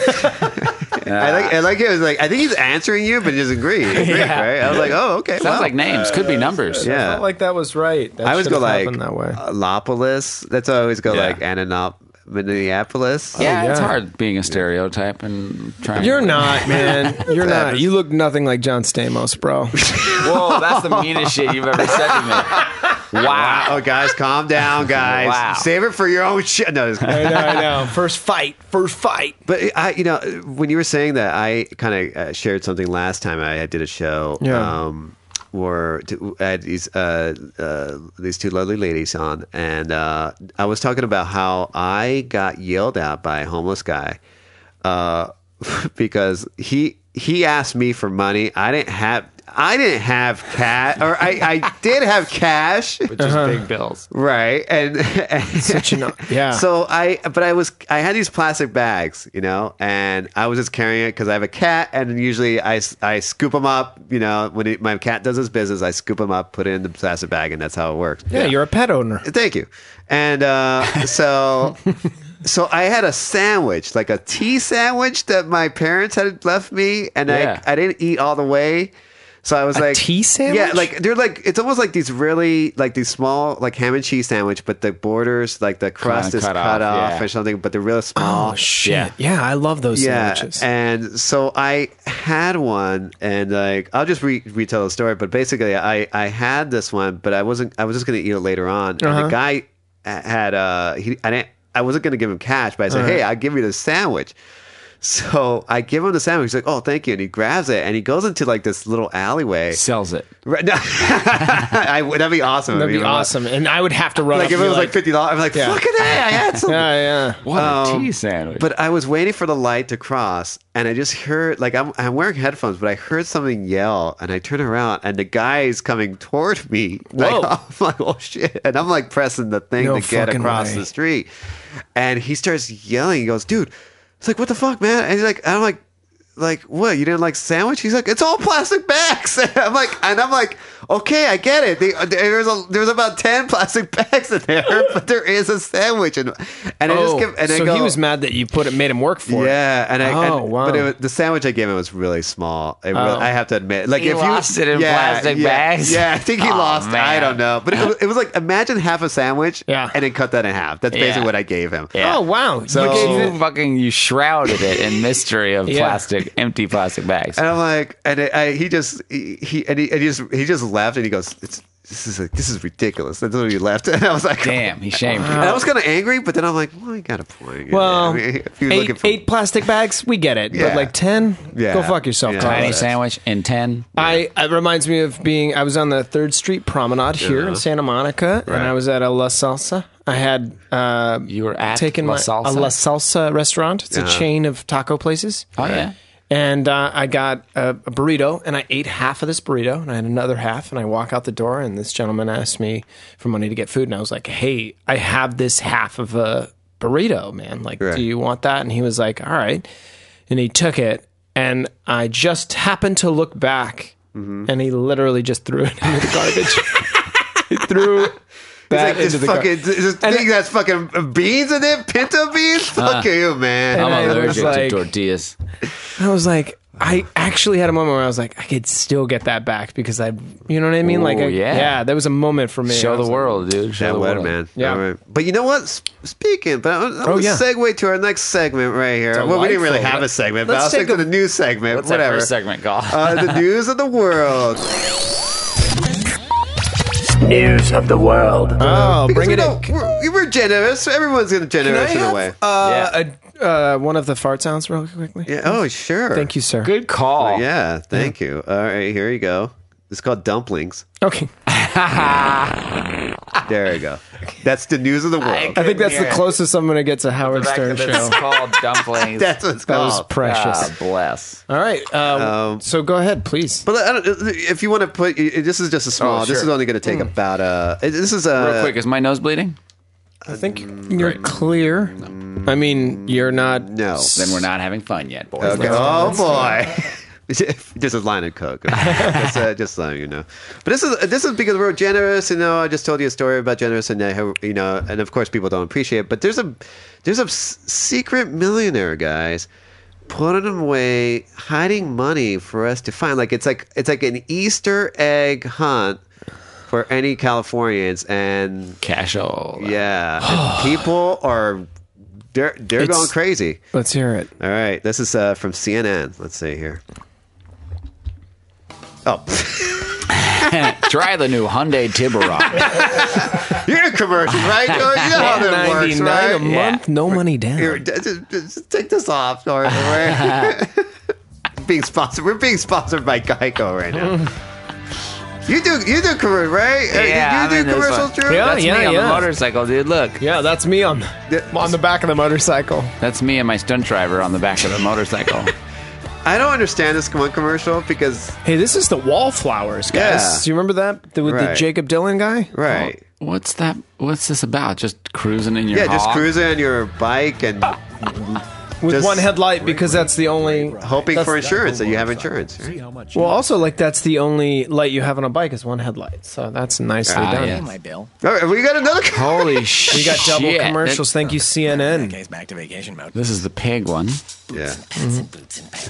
Speaker 1: I like I like it. it was like I think he's answering you, but he doesn't agree. He agreed,
Speaker 3: Yeah.
Speaker 1: right? I was like, oh, okay.
Speaker 3: Sounds
Speaker 1: wow.
Speaker 3: like names. Could be numbers.
Speaker 1: Yeah.
Speaker 2: I felt like that was right. That
Speaker 1: I always go
Speaker 2: should've
Speaker 1: like
Speaker 2: happened that way.
Speaker 1: uh, Lopolis. That's what I always go
Speaker 3: Yeah.
Speaker 1: like Ananop, Minneapolis.
Speaker 3: Yeah, it's
Speaker 2: yeah.
Speaker 3: hard being a stereotype and trying.
Speaker 2: You're not, man. You're not.
Speaker 1: happens.
Speaker 2: You look nothing like John Stamos, bro.
Speaker 3: Whoa, that's the meanest shit you've ever said to me. Wow.
Speaker 1: Oh, guys, calm down, guys.
Speaker 3: Wow.
Speaker 1: Save it for your own shit. No, it's-
Speaker 2: I know, I know. First fight, first fight.
Speaker 1: But I, you know, when you were saying that, I kind of uh, shared something last time I, I did a show.
Speaker 2: Yeah.
Speaker 1: Um, where t- I had these uh, uh, these two lovely ladies on, and uh, I was talking about how I got yelled at by a homeless guy uh, because he he asked me for money. I didn't have I didn't have cash, or I, I did have cash,
Speaker 3: Just big bills.
Speaker 1: right? And, and
Speaker 2: Such an yeah.
Speaker 1: so I, but I was, I had these plastic bags, you know, and I was just carrying it because I have a cat, and usually I, s- I scoop them up, you know, when it, my cat does his business, I scoop them up, put it in the plastic bag, and that's how it works.
Speaker 2: yeah, you're a pet owner.
Speaker 1: Thank you. And uh, so, so I had a sandwich, like a tea sandwich that my parents had left me, and
Speaker 3: Yeah.
Speaker 1: I, I didn't eat all the way. So I was like
Speaker 2: tea sandwich?
Speaker 1: Yeah, like they're like it's almost like these really like these small like ham and cheese sandwich, but the borders like the crust
Speaker 3: Kinda
Speaker 1: is
Speaker 3: cut
Speaker 1: cut
Speaker 3: off,
Speaker 1: off,
Speaker 3: yeah.
Speaker 1: or something, but they're really small.
Speaker 2: Oh shit.
Speaker 3: Yeah.
Speaker 2: Yeah, I love those
Speaker 1: Yeah,
Speaker 2: sandwiches.
Speaker 1: and so I had one, and like I'll just re- retell the story. But basically, I I had this one, but I wasn't. I was just gonna eat it later on. And
Speaker 2: Uh-huh.
Speaker 1: the guy had uh he I didn't I wasn't gonna give him cash, but I
Speaker 2: Uh-huh.
Speaker 1: said, hey, I'll give you this sandwich. So I give him the sandwich. He's like, oh, thank you, and he grabs it and he goes into like this little alleyway.
Speaker 3: Sells it.
Speaker 1: Right, no, I, would- that'd be awesome. if
Speaker 2: That'd
Speaker 1: he
Speaker 2: be
Speaker 1: was-
Speaker 2: awesome. And I would have to run.
Speaker 1: Like
Speaker 2: up
Speaker 1: if
Speaker 2: and
Speaker 1: it
Speaker 2: be
Speaker 1: was like, fifty dollars, I'm like,
Speaker 2: Yeah.
Speaker 1: fuck it, hey, I had some.
Speaker 2: yeah, yeah.
Speaker 3: What a
Speaker 1: Um,
Speaker 3: tea sandwich.
Speaker 1: But I was waiting for the light to cross, and I just heard like I'm I'm wearing headphones, but I heard something yell, and I turn around, and the guy's coming toward me. Like,
Speaker 2: Whoa.
Speaker 1: I'm like, oh shit! And I'm like pressing the thing
Speaker 2: No
Speaker 1: to get
Speaker 2: fucking
Speaker 1: across
Speaker 2: way.
Speaker 1: the street, and he starts yelling. He goes, dude, it's like what the fuck, man? And he's like, I'm like. Like what? You didn't like sandwich? He's like, it's all plastic bags. I'm like, and I'm like, okay, I get it. They, there's a there's about ten plastic bags in there, but there is a sandwich, and and I just
Speaker 2: Oh,
Speaker 1: give and I
Speaker 2: so
Speaker 1: go,
Speaker 2: he was mad that you put it, made him work for it.
Speaker 1: yeah, and I
Speaker 2: Oh,
Speaker 1: and-
Speaker 2: wow. Oh.
Speaker 1: but it was, the sandwich I gave him was really small. It really- I have to admit, like
Speaker 3: He
Speaker 1: if you
Speaker 3: lost it in plastic
Speaker 1: yeah,
Speaker 3: bags?
Speaker 1: yeah, I think he
Speaker 3: Aw,
Speaker 1: lost. I
Speaker 3: man.
Speaker 1: don't know, but it was, it was like imagine half a sandwich,
Speaker 2: Yeah.
Speaker 1: and then cut that in half. That's basically
Speaker 3: Yeah.
Speaker 1: what I gave him.
Speaker 3: Yeah.
Speaker 2: Oh wow.
Speaker 1: So-
Speaker 2: you gave it-
Speaker 3: you fucking you shrouded it in mystery of
Speaker 2: Yeah.
Speaker 3: plastic, empty plastic bags.
Speaker 1: And I'm like, and I, I, he just he, he and he and he just he just left, and he goes, it's, "This is like, this is ridiculous." That's when he left, and I was like,
Speaker 3: Damn, he shamed you.
Speaker 1: And I was kind of angry, but then I'm like, "Well, I got a point."
Speaker 2: well,
Speaker 1: I mean, if you're looking
Speaker 2: eight,
Speaker 1: for-
Speaker 2: eight plastic bags, we get it.
Speaker 1: Yeah.
Speaker 2: But like 10,
Speaker 1: Yeah.
Speaker 2: go fuck yourself.
Speaker 1: Yeah.
Speaker 2: Carl.
Speaker 1: Tiny
Speaker 3: Tiny sandwich in ten.
Speaker 2: I it reminds me of being I was on the Third Street Promenade here in Santa Monica, and I was at a La Salsa. I had uh,
Speaker 3: You were at
Speaker 2: taken
Speaker 3: La
Speaker 2: my-
Speaker 3: Salsa?
Speaker 2: a La Salsa restaurant. It's a chain of taco places.
Speaker 3: Oh yeah.
Speaker 2: And uh, I got a, a burrito, and I ate half of this burrito, and I had another half, and I walk out the door, and this gentleman asked me for money to get food, and I was like, "Hey, I have this half of a burrito, man. Like,
Speaker 1: Right.
Speaker 2: do you want that?" And he was like, "All right," and he took it, and I just happened to look back, and he literally just threw it into the garbage. he threw that
Speaker 1: Like this
Speaker 2: into the garbage.
Speaker 1: fucking this thing that's fucking beans in it, pinto beans. Fuck you, man.
Speaker 2: Uh, and I
Speaker 3: I'm
Speaker 2: was
Speaker 3: allergic
Speaker 2: like-
Speaker 3: to tortillas.
Speaker 2: I was like, I actually had a moment where I was like, I could still get that back because I, you know what I mean? like,
Speaker 3: Ooh,
Speaker 2: I-
Speaker 3: yeah.
Speaker 2: there was a moment for me. I
Speaker 3: Show the
Speaker 2: was like,
Speaker 3: world, dude. Show the
Speaker 1: That
Speaker 3: world,
Speaker 1: word, man.
Speaker 2: Yeah.
Speaker 1: All right. But you know what? S- Speaking, but I'm, I'm
Speaker 2: Oh,
Speaker 1: gonna
Speaker 2: yeah.
Speaker 1: segue to our next segment right here. Well, we didn't really
Speaker 2: Delightful.
Speaker 1: have a segment, but
Speaker 2: Let's
Speaker 1: I'll stick
Speaker 2: take
Speaker 1: to
Speaker 2: a-
Speaker 1: the news segment.
Speaker 3: What's
Speaker 1: whatever.
Speaker 3: that first segment called?
Speaker 1: uh, the news of the world.
Speaker 4: News of the world.
Speaker 2: Oh,
Speaker 1: Because
Speaker 2: bring
Speaker 1: we
Speaker 2: it in.
Speaker 1: don't- We're, we're generous. Everyone's gonna generous in a way.
Speaker 2: uh, a, uh, one of the fart sounds real quickly?
Speaker 1: yeah. Oh, sure.
Speaker 2: Thank you, sir.
Speaker 3: Good call.
Speaker 1: Yeah. Thank you. All right. Here you go. It's called dumplings.
Speaker 2: Okay.
Speaker 1: There you go. That's the news of the world.
Speaker 2: I think that's the closest I'm going to get to Howard Stern show.
Speaker 3: It's called dumplings.
Speaker 1: That's what it's
Speaker 2: That
Speaker 1: called.
Speaker 2: was precious.
Speaker 3: God bless.
Speaker 2: All right. Uh, so go ahead, please.
Speaker 1: um, But I don't, if you want to put, this is just a small.
Speaker 3: Oh,
Speaker 1: This
Speaker 3: sure.
Speaker 1: is only going to take about uh This is a
Speaker 3: Real quick, is my nose bleeding?
Speaker 2: I think Mm, you're clear. I mean, you're not.
Speaker 1: No.
Speaker 3: Then we're not having fun yet, boys.
Speaker 1: Okay. Oh boy. just a line of coke. just, uh, just letting you know. But this is this is because we're generous. You know, I just told you a story about generous, and uh, how, you know, and of course people don't appreciate. it. But there's a there's a s- secret millionaire, guys, putting away, hiding money for us to find. Like it's like it's like an Easter egg hunt for any Californians, and
Speaker 3: Casual.
Speaker 1: yeah, and people are they're they're
Speaker 2: It's-
Speaker 1: going crazy.
Speaker 2: Let's hear it.
Speaker 1: All right, this is uh, from CNN. Let's see here. Oh,
Speaker 3: Try the new Hyundai
Speaker 1: Oh,
Speaker 3: Tiburon.
Speaker 1: you're in commercials, right? You know, you know how that works,
Speaker 2: 99 a
Speaker 1: right?
Speaker 2: month, no money down.
Speaker 1: Here, d- d- d- just take this off, or, or being sponsored. We're being sponsored by Geico right now. You do, you do commercials, right? Uh, you-
Speaker 3: Yeah, I'm
Speaker 1: you,
Speaker 3: in
Speaker 1: do
Speaker 3: this
Speaker 1: commercials,
Speaker 3: one.
Speaker 1: Drew.
Speaker 2: Yeah.
Speaker 3: That's me on the motorcycle, dude. Look,
Speaker 2: yeah, that's me on on the back of the motorcycle.
Speaker 3: that's me and my stunt driver on the back of the motorcycle.
Speaker 1: I don't understand this one commercial because
Speaker 2: Hey, this is the wallflowers, guys.
Speaker 1: Yeah.
Speaker 2: Do you remember that the, with the
Speaker 1: Right.
Speaker 2: Jacob Dylan guy?
Speaker 1: right.
Speaker 3: What's that? What's this about? Just cruising in your
Speaker 1: Yeah, just
Speaker 3: hog?
Speaker 1: cruising on your bike and
Speaker 2: With
Speaker 1: Just-
Speaker 2: one headlight because that's the only.
Speaker 1: hoping for insurance that you have insurance. right?
Speaker 2: Well, also like that's the only light you have on a bike is one headlight, so that's nicely
Speaker 3: Ah,
Speaker 2: done.
Speaker 3: yeah.
Speaker 5: my bill.
Speaker 1: All right, we got another.
Speaker 3: Holy shit!
Speaker 2: We got double commercials. Thank you,
Speaker 5: In
Speaker 2: CNN.
Speaker 5: case back to vacation mode.
Speaker 3: This is the pig one.
Speaker 1: Yeah. Mm-hmm.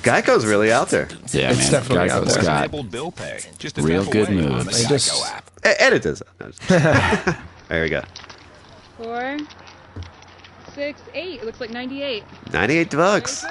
Speaker 1: Geico's really out there.
Speaker 3: Yeah,
Speaker 2: It's
Speaker 3: man.
Speaker 2: definitely
Speaker 3: Geico's
Speaker 2: out there.
Speaker 3: got
Speaker 6: Sampled bill pay. Just a
Speaker 3: Real
Speaker 6: tap
Speaker 3: good
Speaker 6: away on
Speaker 3: moves.
Speaker 6: the
Speaker 2: I just-
Speaker 6: Geico app.
Speaker 1: E- edit this. No, just- there we go.
Speaker 7: Four, six, eight. It looks like 98.
Speaker 1: 98 bucks.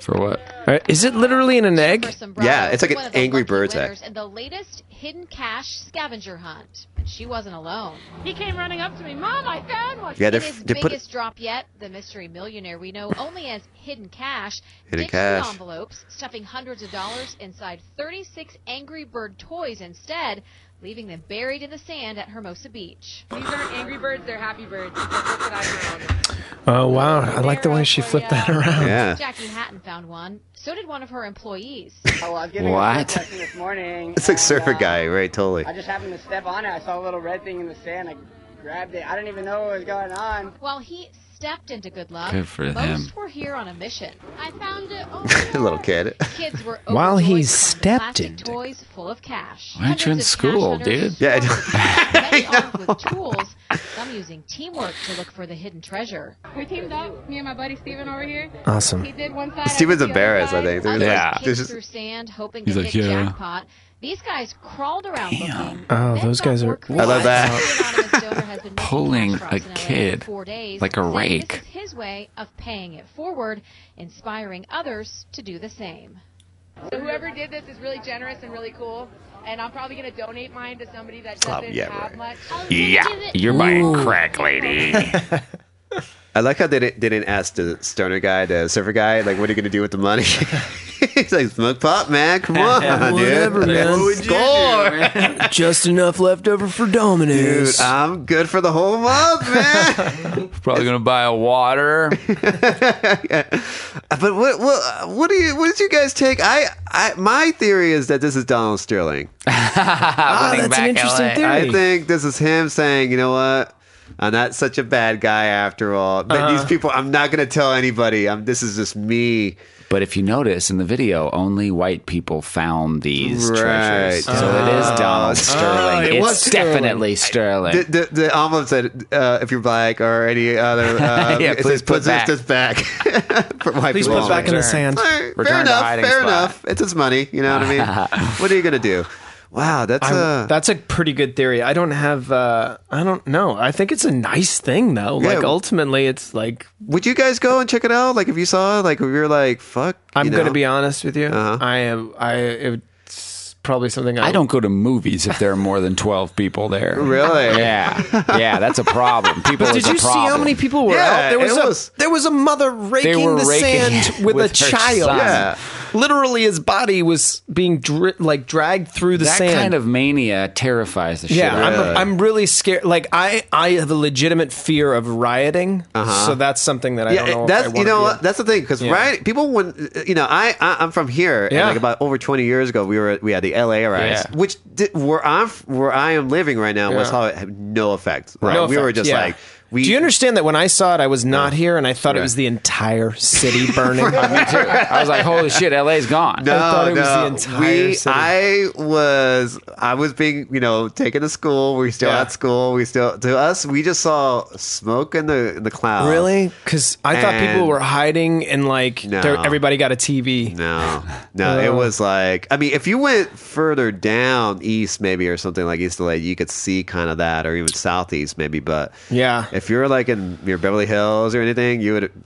Speaker 3: for what?
Speaker 2: Alright, Uh, Is it literally in an egg?
Speaker 8: for some
Speaker 1: Yeah, it's like
Speaker 8: One
Speaker 1: an
Speaker 8: of the
Speaker 1: Angry
Speaker 8: lucky
Speaker 1: Birds
Speaker 8: winners
Speaker 1: act.
Speaker 8: in the latest hidden cash scavenger hunt. And she wasn't alone.
Speaker 7: He came running up to me. Mom, I found one.
Speaker 1: Yeah,
Speaker 8: In
Speaker 1: they're,
Speaker 8: his
Speaker 1: they put
Speaker 8: biggest drop yet, the mystery millionaire we know only as hidden cash,
Speaker 1: Hidden
Speaker 8: ditched
Speaker 1: cash.
Speaker 8: the envelopes, stuffing hundreds of dollars inside 36 Angry Bird toys instead, leaving them buried in the sand at Hermosa Beach.
Speaker 7: These aren't angry birds, they're happy birds. That's what I found.
Speaker 2: Oh wow, I like the way she flipped that around.
Speaker 1: yeah.
Speaker 8: Jackie Hatton found one. So did one of her employees.
Speaker 9: Oh, well, I was giving
Speaker 3: What?
Speaker 9: a question this morning.
Speaker 1: It's like
Speaker 9: and,
Speaker 1: Surfer
Speaker 9: uh,
Speaker 1: Guy, right? Totally.
Speaker 9: I just happened to step on it. I saw a little red thing in the sand. I grabbed it. I didn't even know what was going on.
Speaker 8: While he stepped into good luck,
Speaker 3: Good for
Speaker 8: most
Speaker 3: him.
Speaker 8: were here on a mission. I found it.
Speaker 1: Little kid.
Speaker 8: Kids were
Speaker 2: While he
Speaker 8: overjoyed to find the
Speaker 2: stepped
Speaker 8: plastic
Speaker 2: into-
Speaker 8: toys full of cash.
Speaker 3: Why aren't you in
Speaker 8: Hundreds of
Speaker 3: school,
Speaker 8: cash hunters
Speaker 3: dude?
Speaker 1: Yeah, I know.
Speaker 8: swarmed the city, many armed with tools, some using teamwork to look for the hidden treasure.
Speaker 7: We teamed up, me and my buddy Steven over here. He
Speaker 2: Awesome.
Speaker 7: did one side. I
Speaker 1: Steven's
Speaker 7: did the other
Speaker 1: embarrassed, I
Speaker 7: side.
Speaker 1: think. They're
Speaker 8: Others
Speaker 3: Yeah.
Speaker 1: like,
Speaker 8: kicked
Speaker 1: this is-
Speaker 8: through sand hoping
Speaker 3: He's
Speaker 8: to
Speaker 3: like,
Speaker 8: hit
Speaker 3: "Yeah."
Speaker 8: jackpot. These guys crawled around looking.
Speaker 2: Oh,
Speaker 8: then
Speaker 2: those
Speaker 8: got
Speaker 2: guys are-
Speaker 8: work
Speaker 1: I love
Speaker 8: done.
Speaker 1: that.
Speaker 8: An anonymous donor has been making
Speaker 3: Pulling
Speaker 8: cash drops
Speaker 3: a
Speaker 8: in LA for
Speaker 3: kid
Speaker 8: four days,
Speaker 3: like a
Speaker 8: saying
Speaker 3: rake.
Speaker 8: This is his way of paying it forward, inspiring others to do the same.
Speaker 7: So whoever did this is really generous and really cool. And I'm probably going to donate mine to somebody that doesn't
Speaker 1: yeah,
Speaker 7: have
Speaker 1: right.
Speaker 7: much.
Speaker 8: Oh,
Speaker 3: Yeah, you're buying crack, lady.
Speaker 1: I like how they didn't, they didn't ask the stoner guy, the surfer guy, like, what are you going to do with the money? He's like, smoke pot, man. Come on,
Speaker 2: Whatever,
Speaker 1: dude.
Speaker 2: man.
Speaker 1: Let's
Speaker 2: What would
Speaker 1: score.
Speaker 2: Just enough left over for Domino's.
Speaker 1: Dude, I'm good for the whole month, man.
Speaker 3: Probably gonna buy a water.
Speaker 1: But what what what do you what did you guys take? I I my theory is that this is Donald Sterling.
Speaker 2: Ah,
Speaker 3: Winning
Speaker 2: that's an
Speaker 3: back
Speaker 2: interesting
Speaker 3: LA.
Speaker 2: theory.
Speaker 1: I think this is him saying, you know what? I'm not such a bad guy after all. But these
Speaker 3: Uh-huh.
Speaker 1: people, I'm not going to tell anybody. I'm, this is just me.
Speaker 3: But if you notice in the video, only white people found these
Speaker 1: Right. Ah.
Speaker 3: treasures. So it is Donald Sterling.
Speaker 2: it
Speaker 3: it's
Speaker 2: was Sterling.
Speaker 3: definitely Sterling.
Speaker 1: The, the, the envelope said, uh, if you're black or any other, uh,
Speaker 3: Yeah,
Speaker 1: it
Speaker 3: please
Speaker 1: says,
Speaker 3: put back.
Speaker 1: this back. For white
Speaker 2: Please
Speaker 1: people
Speaker 2: put back in the
Speaker 1: only.
Speaker 2: sand.
Speaker 1: Fair, fair
Speaker 3: Return to
Speaker 1: enough.
Speaker 3: hiding
Speaker 1: Fair
Speaker 3: spot.
Speaker 1: enough. It's his money. You know what I mean? what are you going to do? Wow, that's
Speaker 2: I-
Speaker 1: uh,
Speaker 2: that's a pretty good theory. I don't have. Uh, I don't know. I think it's a nice thing though.
Speaker 1: Yeah.
Speaker 2: Like ultimately, it's like
Speaker 1: Would you guys go and check it out? Like, if you saw, it, like, if you're like, fuck,
Speaker 2: I'm
Speaker 1: you know?
Speaker 2: going to be honest with you.
Speaker 1: Uh-huh.
Speaker 2: I am. I. It's probably something I,
Speaker 3: I don't go to movies if there are more than 12 people there.
Speaker 1: Really?
Speaker 3: Yeah. Yeah, that's a problem. People
Speaker 2: But
Speaker 3: is
Speaker 2: did
Speaker 3: a
Speaker 2: you see how
Speaker 3: problem.
Speaker 2: many people were
Speaker 1: Yeah,
Speaker 2: out? There was,
Speaker 1: it
Speaker 2: a,
Speaker 1: was-
Speaker 2: there was a mother raking
Speaker 3: were
Speaker 2: the
Speaker 3: raking
Speaker 2: sand with,
Speaker 3: with
Speaker 2: a
Speaker 3: her
Speaker 2: child.
Speaker 3: son.
Speaker 1: Yeah.
Speaker 2: Literally, his body was being dri- like dragged through the
Speaker 3: that
Speaker 2: sand.
Speaker 3: kind of mania terrifies the shit
Speaker 2: yeah,
Speaker 3: out of me.
Speaker 2: I'm, I'm really scared. Like I, I have a legitimate fear of rioting. So that's something that I don't know. if I
Speaker 1: that's
Speaker 2: wanna
Speaker 1: you know
Speaker 2: be
Speaker 1: what
Speaker 2: in.
Speaker 1: that's the thing because
Speaker 2: Yeah.
Speaker 1: right people wouldn't uh, you know I, I I'm from here and
Speaker 2: Yeah.
Speaker 1: like about over 20 years ago we were we had the LA riots
Speaker 2: Yeah.
Speaker 1: which did, where I'm f- where I am living right now West
Speaker 2: Yeah.
Speaker 1: Hollywood had no effect right
Speaker 2: No
Speaker 1: we were
Speaker 2: effect,
Speaker 1: just
Speaker 2: yeah.
Speaker 1: like We,
Speaker 2: Do you understand that when I saw it, I was not here, and I thought it was the entire city burning?
Speaker 3: I was like, holy shit, LA's gone.
Speaker 1: No,
Speaker 2: thought it was
Speaker 1: no.
Speaker 2: the entire
Speaker 1: we,
Speaker 2: city.
Speaker 1: I was, I was being, you know, taken to school. We still
Speaker 2: Yeah.
Speaker 1: at school. We still to us. We just saw smoke in the in the clouds.
Speaker 2: Really? Because I thought people
Speaker 1: And-
Speaker 2: were hiding and like
Speaker 1: No.
Speaker 2: they're- everybody got a TV.
Speaker 1: No, no.
Speaker 2: Oh.
Speaker 1: it was like, I mean, if you went further down east, maybe or something like East LA, you could see kind of that, or even southeast, maybe. But
Speaker 2: Yeah.
Speaker 1: if you were like in your Beverly Hills or anything, you would.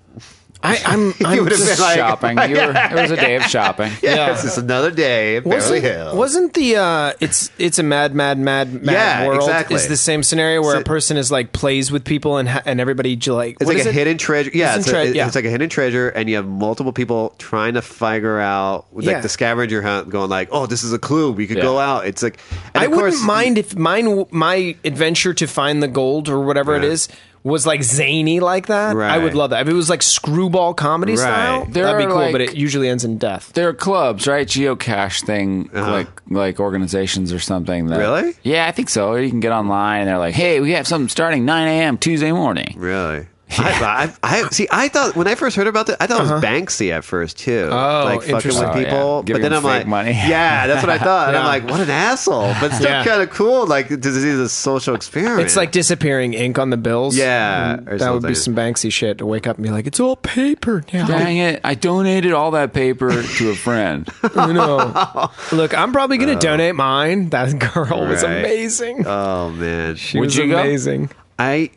Speaker 2: I, I'm. I'm
Speaker 1: would've
Speaker 2: just-
Speaker 1: been like-
Speaker 3: shopping. You were, it was a day of shopping.
Speaker 1: Yeah,
Speaker 2: Yeah.
Speaker 1: it's just another day in Beverly
Speaker 2: wasn't,
Speaker 1: Hills.
Speaker 2: wasn't the uh, it's it's a mad mad mad mad
Speaker 1: Yeah,
Speaker 2: world
Speaker 1: exactly.
Speaker 2: is the same scenario where
Speaker 1: So-
Speaker 2: a person is like plays with people and ha- and everybody j- like
Speaker 1: It's
Speaker 2: what
Speaker 1: like
Speaker 2: is
Speaker 1: a
Speaker 2: it?
Speaker 1: hidden treasure. Yeah,
Speaker 2: Hidden
Speaker 1: it's,
Speaker 2: tre-
Speaker 1: a, it-
Speaker 2: yeah.
Speaker 1: it's like a hidden treasure, and you have multiple people trying to figure out, like
Speaker 2: Yeah.
Speaker 1: the scavenger hunt, going like, "Oh, this is a clue. We could go
Speaker 3: Yeah.
Speaker 1: out." It's like, and
Speaker 2: I
Speaker 1: of
Speaker 2: wouldn't
Speaker 1: course-
Speaker 2: mind if mine w- my adventure to find the gold or whatever it
Speaker 1: Yeah.
Speaker 2: is was like zany like that. I
Speaker 1: Right.
Speaker 2: would love that if it was like screwball comedy style.
Speaker 1: Right.
Speaker 3: There
Speaker 2: that'd be
Speaker 3: are,
Speaker 2: cool, but
Speaker 3: like-
Speaker 2: it usually ends in death.
Speaker 3: There are clubs, right? Geocache thing,
Speaker 2: Uh-huh.
Speaker 3: like like organizations or something. That,
Speaker 1: Really?
Speaker 3: Yeah, I think so. You can get online. they're like, hey, we have something starting 9 a.m. Tuesday morning.
Speaker 1: Really? I, I, I see. I thought when I first heard about that, I thought it was Banksy at first too.
Speaker 2: Uh-huh. Oh,
Speaker 1: like fucking
Speaker 2: interesting.
Speaker 1: with
Speaker 2: Oh,
Speaker 3: yeah.
Speaker 1: people. But
Speaker 3: Giving
Speaker 1: then
Speaker 3: them
Speaker 1: I'm
Speaker 3: fake
Speaker 1: like,
Speaker 3: money.
Speaker 1: yeah, that's what I thought. And I'm
Speaker 2: Yeah.
Speaker 1: like, what an asshole. But still
Speaker 2: Yeah.
Speaker 1: kind of cool. Like this is a social experiment.
Speaker 2: It's like disappearing ink on the bills.
Speaker 1: Oh, Yeah,
Speaker 2: And
Speaker 1: or
Speaker 2: that would be some
Speaker 1: something.
Speaker 2: Banksy shit to wake up and be like, it's all paper now.
Speaker 3: Dang it. I donated all that paper to a friend.
Speaker 2: you know. Look, I'm probably gonna donate mine. That girl was
Speaker 1: Right.
Speaker 2: amazing.
Speaker 1: oh man,
Speaker 2: she
Speaker 3: would
Speaker 2: was
Speaker 3: you go?
Speaker 2: amazing.
Speaker 1: I.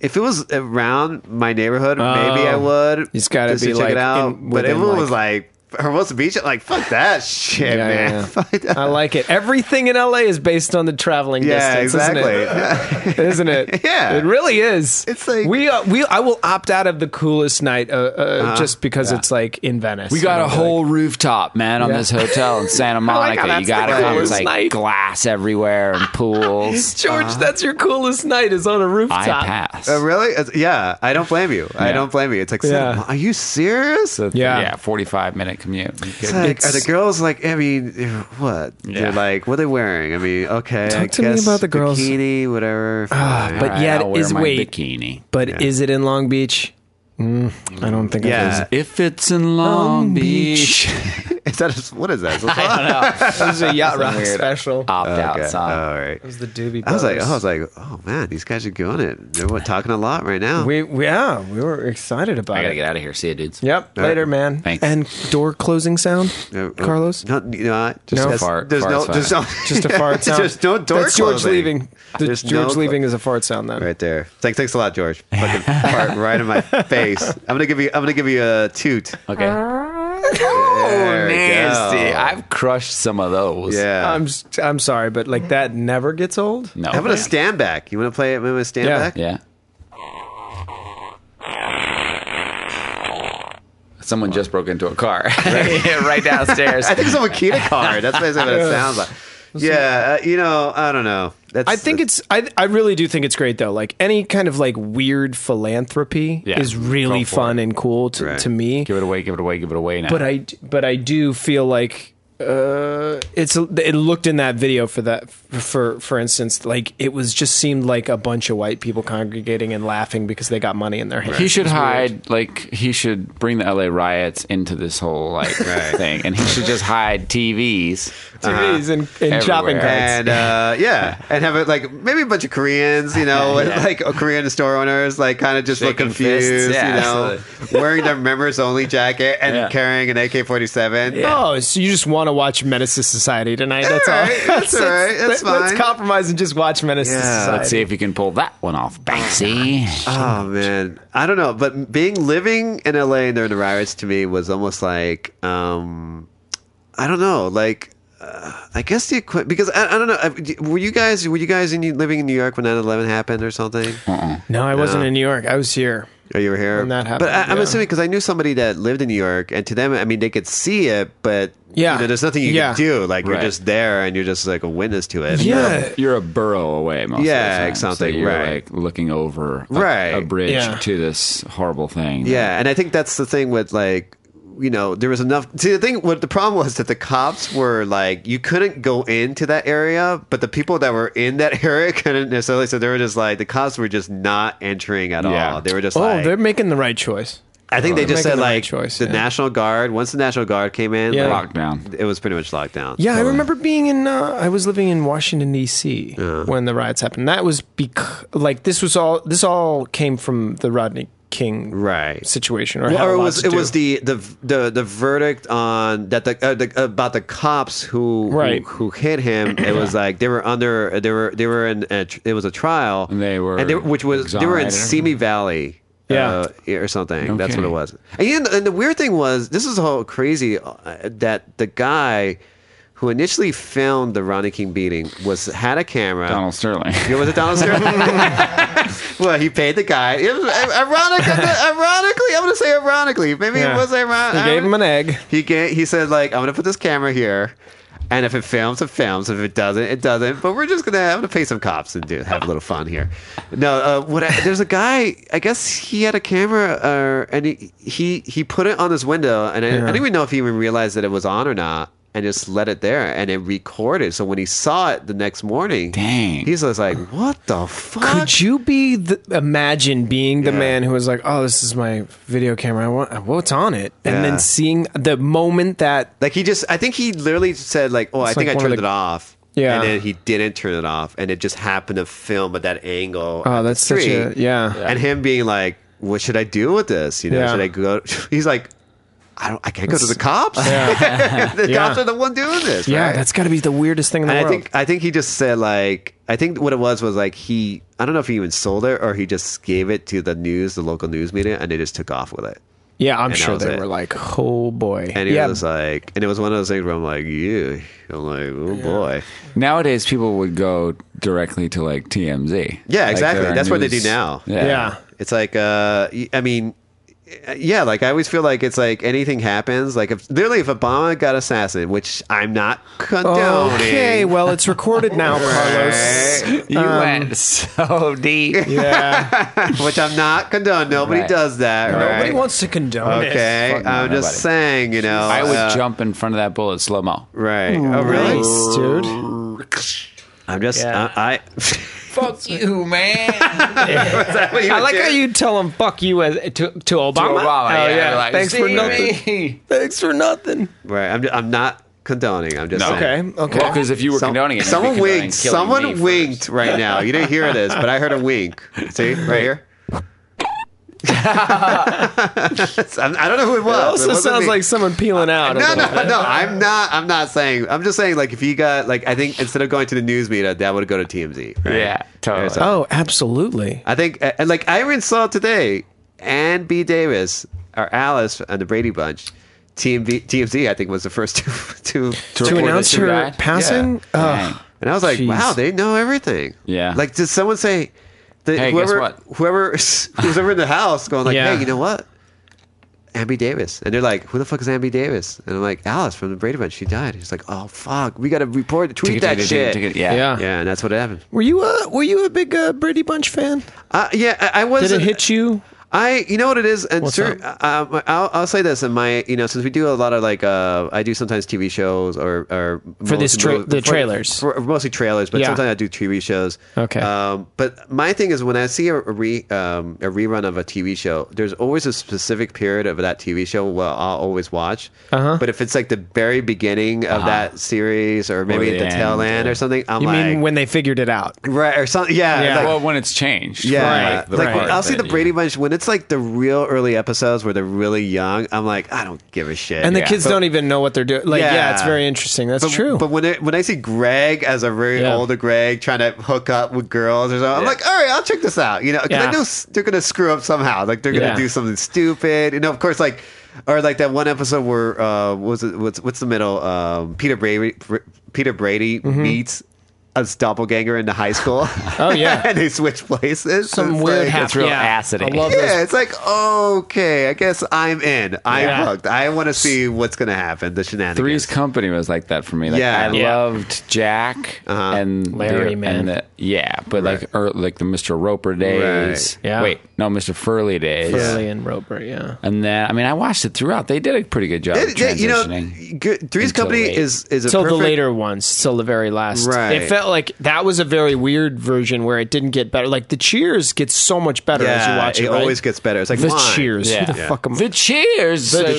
Speaker 1: If it was around my neighborhood, maybe I
Speaker 2: Oh.
Speaker 1: would.
Speaker 2: It's gotta
Speaker 1: just to
Speaker 2: be,
Speaker 1: check
Speaker 2: like,
Speaker 1: it out.
Speaker 2: in-
Speaker 1: but
Speaker 2: within,
Speaker 1: everyone was like, "Hermosa Beach," like fuck that shit,
Speaker 2: Yeah,
Speaker 1: man.
Speaker 2: yeah.
Speaker 1: Fuck that.
Speaker 2: I like it. Everything in LA is based on the traveling
Speaker 1: yeah,
Speaker 2: distance,
Speaker 1: exactly.
Speaker 2: isn't it? Isn't it?
Speaker 1: Yeah.
Speaker 2: it really is.
Speaker 1: It's like-
Speaker 2: we uh, we I will opt out of the coolest night uh, uh, just because it's like in Venice.
Speaker 3: We
Speaker 2: And
Speaker 3: got a
Speaker 2: I'll be
Speaker 3: whole rooftop, man, on
Speaker 2: Yeah.
Speaker 3: this hotel in Santa Monica.
Speaker 2: that's
Speaker 3: you got
Speaker 2: the
Speaker 3: it. It's
Speaker 2: coolest
Speaker 3: like
Speaker 2: night.
Speaker 3: glass everywhere and
Speaker 2: like,
Speaker 3: pools.
Speaker 2: George, that's your coolest night is on a
Speaker 3: I
Speaker 2: rooftop.
Speaker 3: pass.
Speaker 1: Uh, really? It's- yeah, I don't blame you. I
Speaker 3: Yeah.
Speaker 1: don't blame you. It's like,
Speaker 2: Yeah.
Speaker 1: are you serious?
Speaker 3: So,
Speaker 2: Yeah.
Speaker 3: yeah. 45 minute commute. You could-
Speaker 1: It's like,
Speaker 2: It's-
Speaker 1: are the girls like? I mean, what? They're
Speaker 3: Yeah.
Speaker 1: like, what are they wearing? I mean, okay. I
Speaker 2: Talk to me
Speaker 1: guess
Speaker 2: about the girls. Ah,
Speaker 1: Bikini, whatever. fine.
Speaker 2: but
Speaker 3: All right,
Speaker 2: yet
Speaker 3: I'll wear
Speaker 2: is
Speaker 3: my
Speaker 2: wait.
Speaker 3: bikini.
Speaker 2: But is it in Long Beach? Mm, I don't think it is.
Speaker 1: yeah,
Speaker 3: If it's in Long Beach.
Speaker 1: is that a- what is that?
Speaker 3: I don't know.
Speaker 2: It was a yacht rock
Speaker 3: weird
Speaker 2: special.
Speaker 3: Opt out
Speaker 1: Okay. uh,
Speaker 3: song.
Speaker 1: All right.
Speaker 2: It was the Doobie Brothers.
Speaker 1: I was like, I was like, oh man, these guys are going it. They're what, talking a lot right now.
Speaker 2: we, we yeah, we were excited about
Speaker 3: I gotta
Speaker 2: it.
Speaker 3: get out of here. See you, dudes.
Speaker 2: Yep,
Speaker 1: All right.
Speaker 2: later, man.
Speaker 3: Thanks.
Speaker 2: And door closing sound,
Speaker 1: Uh, uh,
Speaker 2: Carlos.
Speaker 1: no, you know, I- just
Speaker 2: No.
Speaker 1: that's-
Speaker 3: Fart-
Speaker 1: There's
Speaker 3: fart's
Speaker 1: no,
Speaker 3: fine.
Speaker 1: there's no,
Speaker 2: Just a fart sound.
Speaker 1: Just no door
Speaker 2: That's George
Speaker 1: closing.
Speaker 2: leaving. The
Speaker 1: There's no
Speaker 2: George
Speaker 1: clo-
Speaker 2: leaving is a fart sound then.
Speaker 1: Right there. Thanks, thanks a lot, George. Fucking fart right in my face. I'm gonna give you. I'm gonna give you a toot.
Speaker 3: Okay.
Speaker 1: There
Speaker 3: Oh,
Speaker 1: we
Speaker 3: nasty.
Speaker 1: go.
Speaker 3: I've crushed some of those.
Speaker 1: Yeah.
Speaker 2: I'm s- I'm sorry, but like that never gets old.
Speaker 3: No.
Speaker 1: How about a
Speaker 3: man.
Speaker 1: stand back? You want to play it with a stand
Speaker 2: Yeah.
Speaker 1: back?
Speaker 3: Yeah. Someone just broke into a car right, downstairs.
Speaker 1: I think it's a Makita card. That's basically what it sounds like. Yeah, uh, you know, I don't know. That's,
Speaker 2: I think it's I I really do think it's great though. Like any kind of like weird philanthropy
Speaker 3: Yeah.
Speaker 2: is really
Speaker 3: Go for
Speaker 2: fun and cool to,
Speaker 1: Right.
Speaker 2: to me.
Speaker 3: give it away, give it away, give it away now.
Speaker 2: but I but I do feel like uh, it's it looked in that video for that for for instance like it was just seemed like a bunch of white people congregating and laughing because they got money in their hands.
Speaker 3: he should hide, like, he should bring the LA riots into this whole, like, thing. And he should just hide TVs.
Speaker 2: TVs and, and shopping
Speaker 3: Everywhere.
Speaker 1: Uh-huh. and
Speaker 2: carts.
Speaker 1: uh, yeah, and have it like maybe a bunch of Koreans, you know,
Speaker 3: Yeah.
Speaker 1: like uh, Korean store owners, like kind of just look
Speaker 3: Shaking
Speaker 1: confused,
Speaker 3: fists. Yeah,
Speaker 1: you know, wearing their members only jacket and
Speaker 3: Yeah.
Speaker 1: carrying an AK forty seven.
Speaker 2: Oh, so you just want to watch Menace to Society tonight? That's all.
Speaker 1: All right, that's all right, that's
Speaker 2: Let's
Speaker 1: fine.
Speaker 2: compromise and just watch Menace to
Speaker 1: Yeah.
Speaker 2: Society.
Speaker 3: Let's see if you can pull that one off, Banksy.
Speaker 1: Oh man, I don't know, but being living in LA during the riots to me was almost like um, I don't know, like uh, I guess the equi- because I, I don't know. uh, Were you guys were you guys in, living in New York when 9-11 happened or something?
Speaker 2: No, I wasn't in New York. I was here.
Speaker 1: Or you were here
Speaker 2: When that
Speaker 1: But I,
Speaker 2: happened,
Speaker 1: I'm
Speaker 2: yeah.
Speaker 1: assuming because I knew somebody that lived in New York, and to them, I mean, they could see it, but
Speaker 2: Yeah.
Speaker 1: you know, there's nothing you
Speaker 2: Yeah.
Speaker 1: can do. Like you're
Speaker 3: Right.
Speaker 1: just there, and you're just like a witness to it.
Speaker 2: Yeah.
Speaker 3: you're a borough away most
Speaker 1: Yeah,
Speaker 3: of the time.
Speaker 1: like something,
Speaker 3: so you're
Speaker 1: right.
Speaker 3: like looking over a,
Speaker 1: Right.
Speaker 3: a bridge
Speaker 2: Yeah.
Speaker 3: to this horrible thing.
Speaker 1: Yeah, and I think that's the thing with like you know, there was enough. See, the thing, what the problem was that the cops were like, you couldn't go into that area, but the people that were in that area couldn't necessarily. So they were just like, the cops were just not entering at
Speaker 3: Yeah.
Speaker 1: all. They were just
Speaker 2: Oh,
Speaker 1: like,
Speaker 2: they're making the right choice.
Speaker 1: I think they
Speaker 2: they're
Speaker 1: just said
Speaker 2: making the right
Speaker 1: like
Speaker 2: choice,
Speaker 1: the
Speaker 2: yeah.
Speaker 1: National Guard. Once the National Guard came in,
Speaker 2: Yeah.
Speaker 1: like,
Speaker 3: Lockdown.
Speaker 1: It was pretty much locked down.
Speaker 2: Yeah, I remember being in. Uh, I was living in Washington D.C. when the riots happened. That was bec- like this was all. This all came from the Rodney King
Speaker 1: Right.
Speaker 2: situation, or,
Speaker 1: Well,
Speaker 2: had
Speaker 1: or
Speaker 2: a
Speaker 1: it
Speaker 2: lot
Speaker 1: was
Speaker 2: to
Speaker 1: it
Speaker 2: do.
Speaker 1: was the the the, the verdict on that the, uh, the about the cops who
Speaker 2: Right.
Speaker 1: who, who hit him. It was like they were under they were they were in a, tr- it was a trial
Speaker 3: And they were
Speaker 1: and they, which was they were in
Speaker 3: exonerated.
Speaker 1: Simi Valley.
Speaker 2: Yeah.
Speaker 1: uh, or something. That's what it
Speaker 3: Okay.
Speaker 1: was. And, you know, and the weird thing was, this is all crazy uh, that the guy who initially filmed the Ronnie King beating was had a camera.
Speaker 3: Donald Sterling.
Speaker 1: It was it Donald Sterling? well, he paid the guy. It was ironic, ironically, I'm going to say ironically. Maybe
Speaker 2: Yeah.
Speaker 1: it was ironic.
Speaker 2: He gave him an egg.
Speaker 1: He gave, he said like, I'm going to put this camera here, and if it films, it films. If it doesn't, it doesn't. But we're just going to have to pay some cops and do have a little fun here. No, uh, what I, there's a guy. I guess he had a camera, uh, and he, he he put it on his window, and I, I don't even know if he even realized that it was on or not. And just let it there, and it recorded. So when he saw it the next morning,
Speaker 3: Dang.
Speaker 1: he's just like, "What the fuck?"
Speaker 2: Could you be the, imagine being the
Speaker 1: Yeah.
Speaker 2: man who was like, "Oh, this is my video camera. I want what's on it," and
Speaker 1: Yeah.
Speaker 2: then seeing the moment that
Speaker 1: Like he just, I think he literally said like, "Oh, I
Speaker 2: It's
Speaker 1: think
Speaker 2: like
Speaker 1: I
Speaker 2: one of
Speaker 1: turned
Speaker 2: the-
Speaker 1: it off."
Speaker 2: Yeah.
Speaker 1: and then he didn't turn it off, and it just happened to film at that angle.
Speaker 2: oh,
Speaker 1: at the
Speaker 2: that's such
Speaker 1: tree.
Speaker 2: a yeah.
Speaker 1: And him being like, "What should I do with this? You know,
Speaker 2: Yeah.
Speaker 1: should I go?" He's like, "I don't. I can't go to the cops. the
Speaker 2: Yeah.
Speaker 1: cops are the one doing this.
Speaker 2: Yeah,
Speaker 1: right?
Speaker 2: that's got to be the weirdest thing in the
Speaker 1: And I
Speaker 2: world.
Speaker 1: think I think he just said like I think what it was was like he I don't know if he even sold it or he just gave it to the news the local news media and they just took off with it
Speaker 2: yeah, I'm
Speaker 1: and that
Speaker 2: sure
Speaker 1: was
Speaker 2: they
Speaker 1: it.
Speaker 2: were like, "Oh boy."
Speaker 1: and he
Speaker 2: yeah,
Speaker 1: was like and it was one of those things where I'm like you I'm like oh boy
Speaker 3: Nowadays, people would go directly to like TMZ.
Speaker 1: Yeah,
Speaker 3: Like,
Speaker 1: exactly.
Speaker 3: there are
Speaker 1: That's what they
Speaker 3: news-
Speaker 1: do now.
Speaker 3: Yeah.
Speaker 2: yeah.
Speaker 1: It's like, uh, y- I mean, uh, yeah, like I always feel like it's like anything happens. Like if literally if Obama got assassinated, which I'm not condoning.
Speaker 2: Okay, well, it's recorded now, Carlos.
Speaker 3: You
Speaker 1: Um,
Speaker 3: went so deep.
Speaker 2: Yeah.
Speaker 1: which I'm not condoning. Nobody
Speaker 3: Right.
Speaker 1: does that, right?
Speaker 2: Nobody wants to condone it.
Speaker 1: Okay,
Speaker 3: Fuck no,
Speaker 1: I'm
Speaker 3: nobody.
Speaker 1: just saying, you know.
Speaker 3: I would
Speaker 1: uh,
Speaker 3: jump in front of that bullet slow mo.
Speaker 1: Right. Oh, really?
Speaker 2: Nice, dude.
Speaker 1: I'm just.
Speaker 2: Yeah.
Speaker 1: I.
Speaker 3: Fuck you, man.
Speaker 1: I,
Speaker 2: I like how you tell him "fuck you" as, to to Obama. Oh, yeah. Thanks for nothing. Thanks for nothing.
Speaker 1: Right. I'm. ju- I'm not condoning. I'm just.
Speaker 3: No.
Speaker 1: saying.
Speaker 2: Okay. Okay.
Speaker 3: Well, because if you were
Speaker 1: Some-
Speaker 3: condoning it, you'd
Speaker 1: someone
Speaker 3: be condoning
Speaker 1: winked.
Speaker 3: killing me
Speaker 1: Someone
Speaker 3: first.
Speaker 1: winked right now. You didn't hear this, but I heard a wink. See, right here. I'm- I don't know who it was.
Speaker 2: it also
Speaker 1: wasn't
Speaker 2: sounds
Speaker 1: me.
Speaker 2: like someone peeling out. a
Speaker 1: No,
Speaker 2: little
Speaker 1: no, no. I'm not. I'm not saying. I'm just saying. Like, if you got like, I think instead of going to the news media, that would go to TMZ. right?
Speaker 3: Yeah, totally.
Speaker 1: There's a-
Speaker 2: Oh, absolutely.
Speaker 1: I think. uh, And like, I even saw today, and B. Davis or Alice and the Brady Bunch, TMZ. TMZ I think was the first to to,
Speaker 2: To
Speaker 1: report
Speaker 2: announce
Speaker 1: that she
Speaker 2: her
Speaker 1: died.
Speaker 2: passing.
Speaker 1: Yeah.
Speaker 2: Ugh.
Speaker 1: And I was like,
Speaker 2: Jeez.
Speaker 1: wow, they know everything.
Speaker 3: Yeah.
Speaker 1: Like, did someone say, that
Speaker 3: Hey, guess
Speaker 1: whoever,
Speaker 3: what?
Speaker 1: whoever who's ever in the house going like,
Speaker 2: Yeah.
Speaker 1: hey, you know what? Ambi Davis. And they're like, who the fuck is Ambi Davis? And I'm like, Alice from the Brady Bunch. She died. He's like, oh, fuck. We got to report, tweet
Speaker 3: Ticket,
Speaker 1: that
Speaker 3: ticket,
Speaker 1: shit.
Speaker 3: ticket, ticket. Yeah.
Speaker 2: Yeah.
Speaker 1: Yeah, and that's what happened.
Speaker 2: Were you a Were you a big uh, Brady Bunch fan?
Speaker 1: Uh, yeah, I, I was.
Speaker 2: Did it hit you?
Speaker 1: I, you know what it is, and
Speaker 2: What's
Speaker 1: cer- um, I'll, I'll say this, and my, you know, since we do a lot of like, uh, I do sometimes TV shows or or
Speaker 2: For this
Speaker 1: mostly-
Speaker 2: tra- the
Speaker 1: for-
Speaker 2: trailers.
Speaker 1: for, mostly trailers, but
Speaker 2: Yeah.
Speaker 1: sometimes I do TV shows.
Speaker 2: Okay.
Speaker 1: Um, but my thing is when I see a, a re um, a rerun of a TV show, there's always a specific period of that TV show. Well, I'll always watch.
Speaker 2: Uh-huh.
Speaker 1: But if it's like the very beginning of that series, or maybe
Speaker 3: the
Speaker 1: the, tail
Speaker 3: end,
Speaker 1: end, or something, I'm
Speaker 2: You
Speaker 1: like,
Speaker 2: mean when they figured it out?
Speaker 1: right or something, yeah,
Speaker 2: Yeah.
Speaker 1: like-
Speaker 3: Well, when it's changed.
Speaker 1: yeah, like,
Speaker 3: Like, the part
Speaker 1: I'll see
Speaker 3: that
Speaker 1: the
Speaker 3: you-
Speaker 1: Brady Bunch when it's like the real early episodes where they're really young. I'm like, I don't give a shit.
Speaker 2: And the
Speaker 3: Yeah.
Speaker 2: kids
Speaker 1: But-
Speaker 2: don't even know what they're doing. Like, yeah,
Speaker 1: Yeah.
Speaker 2: it's very interesting. That's
Speaker 1: but,
Speaker 2: true.
Speaker 1: But when it, when I see Greg as a very
Speaker 2: Yeah.
Speaker 1: older Greg trying to hook up with girls or something, I'm
Speaker 3: Yeah.
Speaker 1: like, all right, I'll check this out. You know, 'cause
Speaker 2: Yeah.
Speaker 1: I know s- they're gonna screw up somehow. Like they're gonna
Speaker 2: Yeah.
Speaker 1: do something stupid. You know, of course, like or like that one episode where uh, what was it, what's what's the middle? Um, Peter Brady Peter Brady meets a doppelganger into high school.
Speaker 2: Mm-hmm. Oh, yeah.
Speaker 1: and they switch places.
Speaker 2: Some
Speaker 1: It's
Speaker 2: weird
Speaker 1: like-
Speaker 2: half.
Speaker 1: it's
Speaker 3: real
Speaker 2: yeah.
Speaker 3: acid-y.
Speaker 2: I love
Speaker 1: Yeah,
Speaker 2: those.
Speaker 1: it's like okay, I guess I'm in. I'm
Speaker 2: Yeah.
Speaker 1: hooked. I want to see what's gonna happen. The shenanigans.
Speaker 3: Three's Company was like that for me. Like,
Speaker 1: Yeah. Uh-huh.
Speaker 3: I
Speaker 2: Yeah.
Speaker 3: loved Jack and
Speaker 2: Larry,
Speaker 3: the,
Speaker 2: man.
Speaker 3: and the- yeah, but like er, like the Mr. Roper days.
Speaker 1: Right.
Speaker 2: Yeah.
Speaker 3: Wait, no, Mr. Furley days.
Speaker 2: Burley and Roper, yeah.
Speaker 3: And then I mean, I watched it throughout. They did a pretty good job.
Speaker 1: It-
Speaker 3: of
Speaker 1: it- you know,
Speaker 3: transitioning.
Speaker 1: good, Three's
Speaker 3: until
Speaker 1: Company
Speaker 3: late.
Speaker 1: is is a
Speaker 2: Till the
Speaker 1: perfect-
Speaker 2: later ones, till the very last.
Speaker 1: Right.
Speaker 2: It felt like that was a very weird version where it didn't get better. Like the Cheers gets so much better as you
Speaker 1: Yeah,
Speaker 2: watch it.
Speaker 1: it
Speaker 2: right?
Speaker 1: always gets better. It's like
Speaker 2: the
Speaker 1: wine.
Speaker 2: Cheers.
Speaker 3: Yeah.
Speaker 2: Who the
Speaker 1: Yeah.
Speaker 2: fuck am
Speaker 3: The Cheers,
Speaker 2: The
Speaker 3: uh,